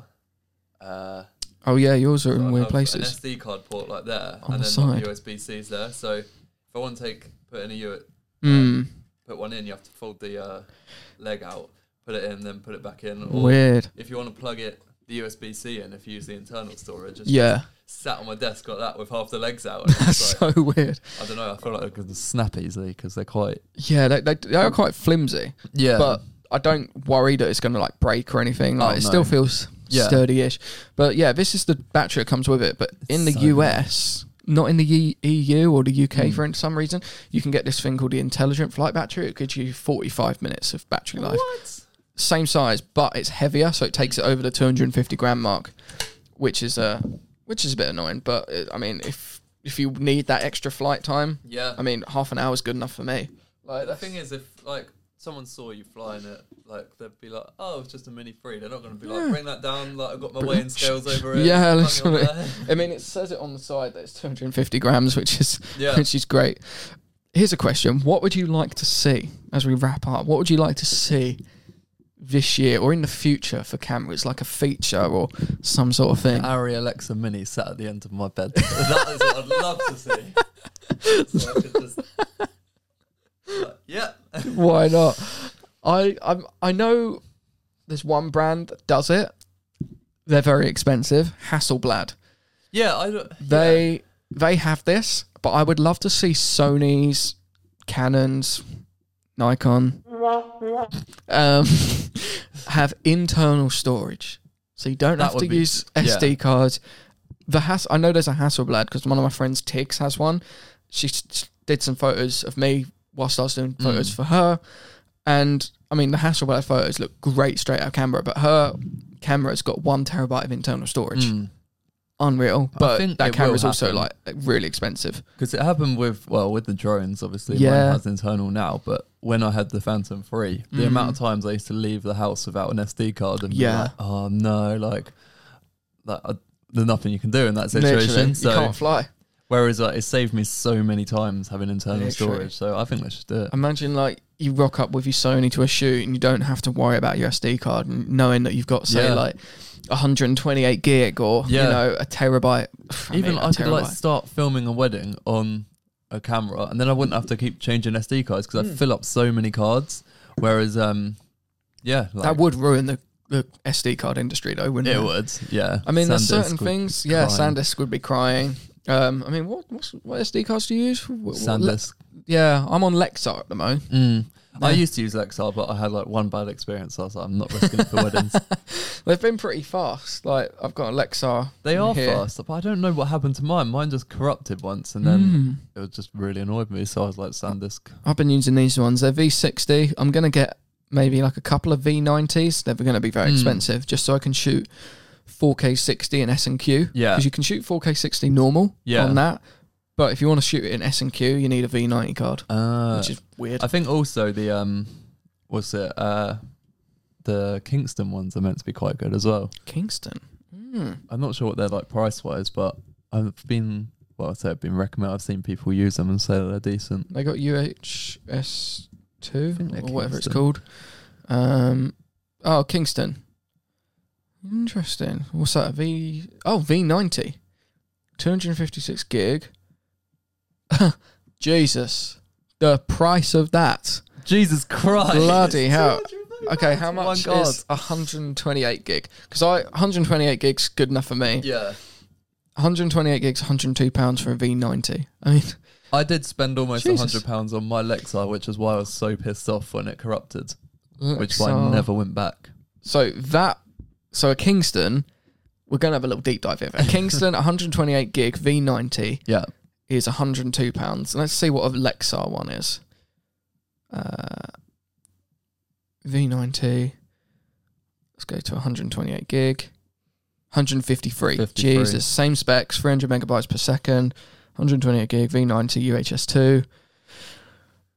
[SPEAKER 2] Uh,
[SPEAKER 1] Oh yeah, yours are
[SPEAKER 2] so
[SPEAKER 1] in
[SPEAKER 2] I
[SPEAKER 1] weird
[SPEAKER 2] have
[SPEAKER 1] places.
[SPEAKER 2] An SD card port like there,
[SPEAKER 1] On
[SPEAKER 2] and
[SPEAKER 1] the
[SPEAKER 2] then
[SPEAKER 1] side.
[SPEAKER 2] like USB C's there. So if I want to take put in a U, uh,
[SPEAKER 1] Mm,
[SPEAKER 2] put one in, you have to fold the uh, leg out, put it in, then put it back in. Or
[SPEAKER 1] weird.
[SPEAKER 2] if you want to plug it the USB C in, if you use the internal storage, it's
[SPEAKER 1] Yeah,
[SPEAKER 2] just sat on my desk like that with half the
[SPEAKER 1] <laughs>
[SPEAKER 2] legs out. And
[SPEAKER 1] that's
[SPEAKER 2] it's like,
[SPEAKER 1] <laughs> so weird.
[SPEAKER 2] I don't know. I feel like they're gonna snap easily because they're quite
[SPEAKER 1] Yeah, they, they, they are quite flimsy,
[SPEAKER 2] yeah.
[SPEAKER 1] but I don't worry that it's going to like break or anything. Like
[SPEAKER 2] Oh,
[SPEAKER 1] it
[SPEAKER 2] no.
[SPEAKER 1] still feels
[SPEAKER 2] Yeah.
[SPEAKER 1] sturdy-ish. But yeah, this is the battery that comes with it. But in the
[SPEAKER 2] So good.
[SPEAKER 1] US. Not in the E- EU or the UK
[SPEAKER 2] Mm.
[SPEAKER 1] for some reason. You can get this thing called the intelligent flight battery. It gives you 45 minutes of battery life.
[SPEAKER 2] What?
[SPEAKER 1] same size, but it's heavier, so it takes it over the 250 gram mark, which is uh, which is a bit annoying. But uh, I mean, if if you need that extra flight time,
[SPEAKER 2] Yeah.
[SPEAKER 1] I mean, half an hour is good enough for me. Like
[SPEAKER 2] the thing is, if like someone saw you flying it, like they'd be like, "Oh, it's just a mini free." They're not gonna be like,
[SPEAKER 1] Yeah.
[SPEAKER 2] "Bring that down." Like I've got my
[SPEAKER 1] <laughs>
[SPEAKER 2] weighing scales over it.
[SPEAKER 1] Yeah,
[SPEAKER 2] hung it on
[SPEAKER 1] literally.
[SPEAKER 2] <laughs> there."
[SPEAKER 1] I mean, it says it on the side that it's 250 grams, which is
[SPEAKER 2] Yeah.
[SPEAKER 1] which is great. Here's a question: What would you like to see as we wrap up? What would you like to see this year or in the future for cameras, like a feature or some sort of thing?
[SPEAKER 2] Arri Alexa Mini sat at the end of my bed. <laughs> that is what I'd love to see. So I could just, like, yeah.
[SPEAKER 1] <laughs>
[SPEAKER 2] <laughs>
[SPEAKER 1] Why not? I I'm, I know there's one brand that does it. They're very expensive. Hasselblad.
[SPEAKER 2] Yeah, I don't.
[SPEAKER 1] They they have this, but I would love to see Sony's, Canon's, Nikon um, <laughs> have internal storage, so you don't
[SPEAKER 2] That
[SPEAKER 1] have to
[SPEAKER 2] would be-
[SPEAKER 1] use
[SPEAKER 2] yeah.
[SPEAKER 1] SD cards. The Hass- I know there's a Hasselblad because one of my friends Tiggs has one. She s- s- did some photos of me whilst I was doing photos
[SPEAKER 2] Mm.
[SPEAKER 1] for her, and I mean the Hasselblad photos look great straight out of camera, but her camera's got one terabyte of internal storage
[SPEAKER 2] Mm.
[SPEAKER 1] unreal.
[SPEAKER 2] I
[SPEAKER 1] But
[SPEAKER 2] think
[SPEAKER 1] that
[SPEAKER 2] it
[SPEAKER 1] camera's
[SPEAKER 2] will
[SPEAKER 1] also like
[SPEAKER 2] happen.
[SPEAKER 1] really expensive.
[SPEAKER 2] Because it happened with well with the drones, obviously.
[SPEAKER 1] Yeah.
[SPEAKER 2] Mine has internal now, but when I had the Phantom Three, the
[SPEAKER 1] Mm.
[SPEAKER 2] amount of times I used to leave the house without an SD card and
[SPEAKER 1] Yeah.
[SPEAKER 2] be like, oh no, like that, uh, there's nothing you can do in that
[SPEAKER 1] Literally,
[SPEAKER 2] situation.
[SPEAKER 1] you
[SPEAKER 2] So
[SPEAKER 1] can't fly.
[SPEAKER 2] whereas like, it saved me so many times having internal
[SPEAKER 1] Literally.
[SPEAKER 2] storage. So I think let's just do it.
[SPEAKER 1] Imagine like you rock up with your Sony to a shoot and you don't have to worry about your SD card and knowing that you've got say
[SPEAKER 2] Yeah.
[SPEAKER 1] like 128 gig or you
[SPEAKER 2] Yeah.
[SPEAKER 1] know a terabyte. I
[SPEAKER 2] Even
[SPEAKER 1] mean, a
[SPEAKER 2] I could like
[SPEAKER 1] terabyte.
[SPEAKER 2] start filming a wedding on a camera, and then I wouldn't have to keep changing SD cards because I
[SPEAKER 1] Mm.
[SPEAKER 2] fill up so many cards. Whereas um, yeah, like,
[SPEAKER 1] that would ruin the, the SD card industry though, wouldn't it?
[SPEAKER 2] it would. Yeah,
[SPEAKER 1] I mean, there's
[SPEAKER 2] SanDisk
[SPEAKER 1] certain
[SPEAKER 2] would-
[SPEAKER 1] things. Yeah,
[SPEAKER 2] crying.
[SPEAKER 1] SanDisk would be crying. Um, I mean, what what's, what SD cards do you use? Wh- wh- Le-
[SPEAKER 2] SanDisk.
[SPEAKER 1] yeah, I'm on Lexar at the moment.
[SPEAKER 2] Mm. I
[SPEAKER 1] Yeah.
[SPEAKER 2] used to use Lexar, but I had like one bad experience. I was like, I'm not risking it
[SPEAKER 1] <laughs>
[SPEAKER 2] for weddings.
[SPEAKER 1] They've been pretty fast. Like I've got a Lexar.
[SPEAKER 2] They are
[SPEAKER 1] here.
[SPEAKER 2] fast, but I don't know what happened to mine. Mine just corrupted once, and then
[SPEAKER 1] Mm.
[SPEAKER 2] it was just really annoyed me. So I was like, SanDisk.
[SPEAKER 1] I've been using these ones. They're V60. I'm going to get maybe like a couple of V90s. They're going to be very
[SPEAKER 2] Hmm.
[SPEAKER 1] expensive just so I can shoot 4K 60 in S&Q.
[SPEAKER 2] Yeah,
[SPEAKER 1] Because you can shoot 4K 60 normal
[SPEAKER 2] Yeah.
[SPEAKER 1] on that. But if you want to shoot it in S&Q, you need a V90 card,
[SPEAKER 2] uh,
[SPEAKER 1] which is weird.
[SPEAKER 2] I think also the um, what's it? Uh, the Kingston ones are meant to be quite good as well.
[SPEAKER 1] Kingston. Hmm. Hmm.
[SPEAKER 2] I'm not sure what they're like price wise, but I've been well, I say I've been recommended. I've seen people use them and say that they're decent.
[SPEAKER 1] They got UHS two
[SPEAKER 2] think
[SPEAKER 1] or
[SPEAKER 2] they're
[SPEAKER 1] whatever it's
[SPEAKER 2] Kingston.
[SPEAKER 1] called. Um, oh, Kingston. Interesting. What's that? V oh V ninety, two hundred and fifty six gig. <laughs> Jesus, the price of that.
[SPEAKER 2] Jesus Christ!
[SPEAKER 1] Bloody hell. Okay,
[SPEAKER 2] That's
[SPEAKER 1] how
[SPEAKER 2] one
[SPEAKER 1] much
[SPEAKER 2] guard.
[SPEAKER 1] is 128 gig? Because I 128 gigs good enough for me.
[SPEAKER 2] Yeah,
[SPEAKER 1] 128 gigs, 102 pounds for a V90. I mean,
[SPEAKER 2] I did spend almost a
[SPEAKER 1] Jesus.
[SPEAKER 2] hundred pounds on my Lexar, which is why I was so pissed off when it corrupted, which is why I
[SPEAKER 1] Lexar-
[SPEAKER 2] never went back.
[SPEAKER 1] So that, so a Kingston, we're gonna have a little deep dive here. A Kingston 128 gig V90
[SPEAKER 2] Yeah,
[SPEAKER 1] is 102 pounds. Let's see what a Lexar one is. Uh, V90. Let's go to 128 gig. 153.
[SPEAKER 2] 53.
[SPEAKER 1] Jesus, same specs, 300 megabytes per second, 128 gig V90 UHS2.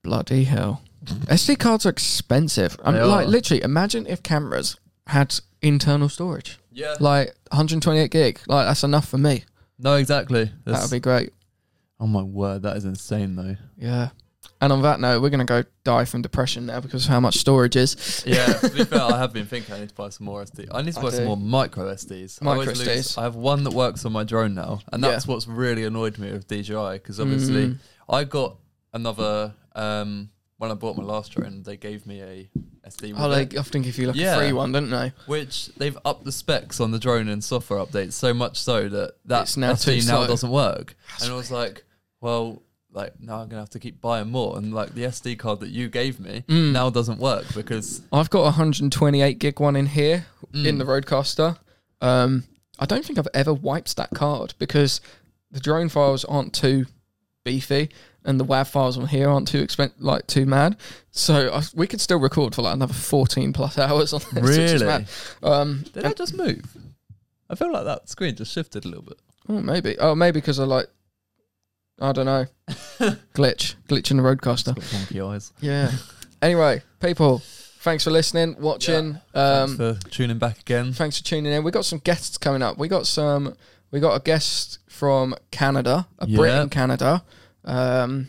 [SPEAKER 1] Bloody
[SPEAKER 2] <laughs>
[SPEAKER 1] hell. SD cards are expensive. I'm
[SPEAKER 2] They
[SPEAKER 1] like
[SPEAKER 2] are.
[SPEAKER 1] literally imagine if cameras had internal storage.
[SPEAKER 2] yeah.
[SPEAKER 1] Like 128 gig. Like that's enough for me.
[SPEAKER 2] No, exactly.
[SPEAKER 1] That
[SPEAKER 2] That's-
[SPEAKER 1] would be great.
[SPEAKER 2] oh my word, that is insane though.
[SPEAKER 1] Yeah. And on that note, we're going to go die from depression now because of how much storage is.
[SPEAKER 2] Yeah, to be fair, I have been thinking I need to buy some more SD. I need to
[SPEAKER 1] I
[SPEAKER 2] buy
[SPEAKER 1] do.
[SPEAKER 2] some more micro SDs. I,
[SPEAKER 1] Micro
[SPEAKER 2] always lose-
[SPEAKER 1] SDs.
[SPEAKER 2] I have one that works on my drone now, and
[SPEAKER 1] Yeah.
[SPEAKER 2] that's what's really annoyed me with DJI because obviously
[SPEAKER 1] <laughs> Mm.
[SPEAKER 2] I got another um, when I bought my last drone. They gave me a SD, with
[SPEAKER 1] Oh,
[SPEAKER 2] it,
[SPEAKER 1] they often give you like
[SPEAKER 2] Yeah.
[SPEAKER 1] a free one, don't they?
[SPEAKER 2] which they've upped the specs on the drone and software updates so much so that that
[SPEAKER 1] It's now
[SPEAKER 2] SD
[SPEAKER 1] too
[SPEAKER 2] now
[SPEAKER 1] slow.
[SPEAKER 2] doesn't work. and I was like, well. Like now, I'm gonna have to keep buying more, and like the SD card that you gave me
[SPEAKER 1] Mm.
[SPEAKER 2] now doesn't work because
[SPEAKER 1] I've got a 128 gig one in here in
[SPEAKER 2] Mm.
[SPEAKER 1] the <laughs> Roadcaster. Um, I don't think I've ever wiped that card because the drone files aren't too beefy and the WAV files on here aren't too expen- like too mad. So I, we could still record for like another 14 plus <laughs> hours on this. Which is
[SPEAKER 2] Really?
[SPEAKER 1] mad. Um,
[SPEAKER 2] Did I just move? I feel like that screen just shifted a little bit.
[SPEAKER 1] Oh, maybe. Oh, maybe because I like, I don't
[SPEAKER 2] <laughs>
[SPEAKER 1] know, glitch, glitch in the roadcaster.
[SPEAKER 2] Got funky eyes.
[SPEAKER 1] Yeah. <laughs> anyway, people, thanks for listening, watching. um,
[SPEAKER 2] Thanks for tuning back again.
[SPEAKER 1] thanks for tuning in. We got some guests coming up. We got some. We got a guest from Canada, a Brit
[SPEAKER 2] Yeah.
[SPEAKER 1] in Canada. Um,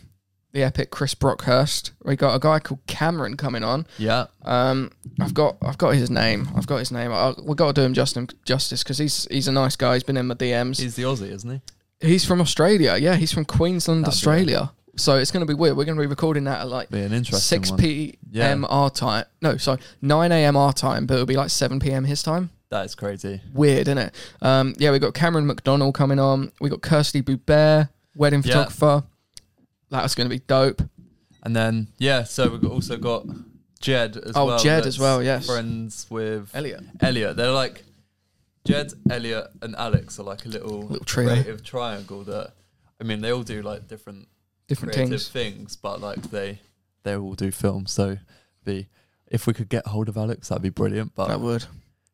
[SPEAKER 1] the epic Chris Brockhurst. We got a guy called Cameron coming on.
[SPEAKER 2] Yeah,
[SPEAKER 1] Um, I've got I've got his name. I've got his name. I, we've got to do him justice justice because he's he's a nice guy. He's been in my DMs.
[SPEAKER 2] he's the Aussie, isn't he?
[SPEAKER 1] He's from Australia. Yeah, he's from Queensland,
[SPEAKER 2] That'd be
[SPEAKER 1] Australia. So it's going to be weird. We're going to be recording that at like
[SPEAKER 2] Be an interesting
[SPEAKER 1] 6
[SPEAKER 2] one.
[SPEAKER 1] p.m.
[SPEAKER 2] Yeah.
[SPEAKER 1] our time. No, sorry, 9 a.m. our time, but it'll be like 7 p.m. his time.
[SPEAKER 2] That is crazy.
[SPEAKER 1] Weird, isn't it? Um, yeah, we got Cameron McDonald coming on. We got Kirsty Boubert, wedding
[SPEAKER 2] Yeah.
[SPEAKER 1] photographer. That's going to be dope.
[SPEAKER 2] And then yeah, so we've got- also got Jed as
[SPEAKER 1] Oh,
[SPEAKER 2] well.
[SPEAKER 1] Jed as
[SPEAKER 2] that's
[SPEAKER 1] well, yes.
[SPEAKER 2] friends with
[SPEAKER 1] Elliot.
[SPEAKER 2] Elliot. They're like Jed, Elliot, and Alex are like a little,
[SPEAKER 1] Little trio.
[SPEAKER 2] creative triangle that. I mean, they all do like different
[SPEAKER 1] Different
[SPEAKER 2] creative
[SPEAKER 1] things.
[SPEAKER 2] things, but like they they all do film. So be if we could get hold of Alex, that'd be brilliant. But
[SPEAKER 1] That would.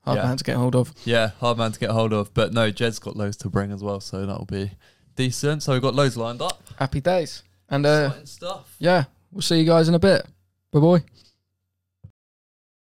[SPEAKER 1] Hard
[SPEAKER 2] Yeah.
[SPEAKER 1] man to get hold of.
[SPEAKER 2] Yeah, hard man to get hold of. But no, Jed's got loads to bring as well, so that'll be decent. So we've got loads lined up.
[SPEAKER 1] Happy days. And uh,
[SPEAKER 2] Exciting stuff.
[SPEAKER 1] yeah, we'll see you guys in a bit. Bye bye.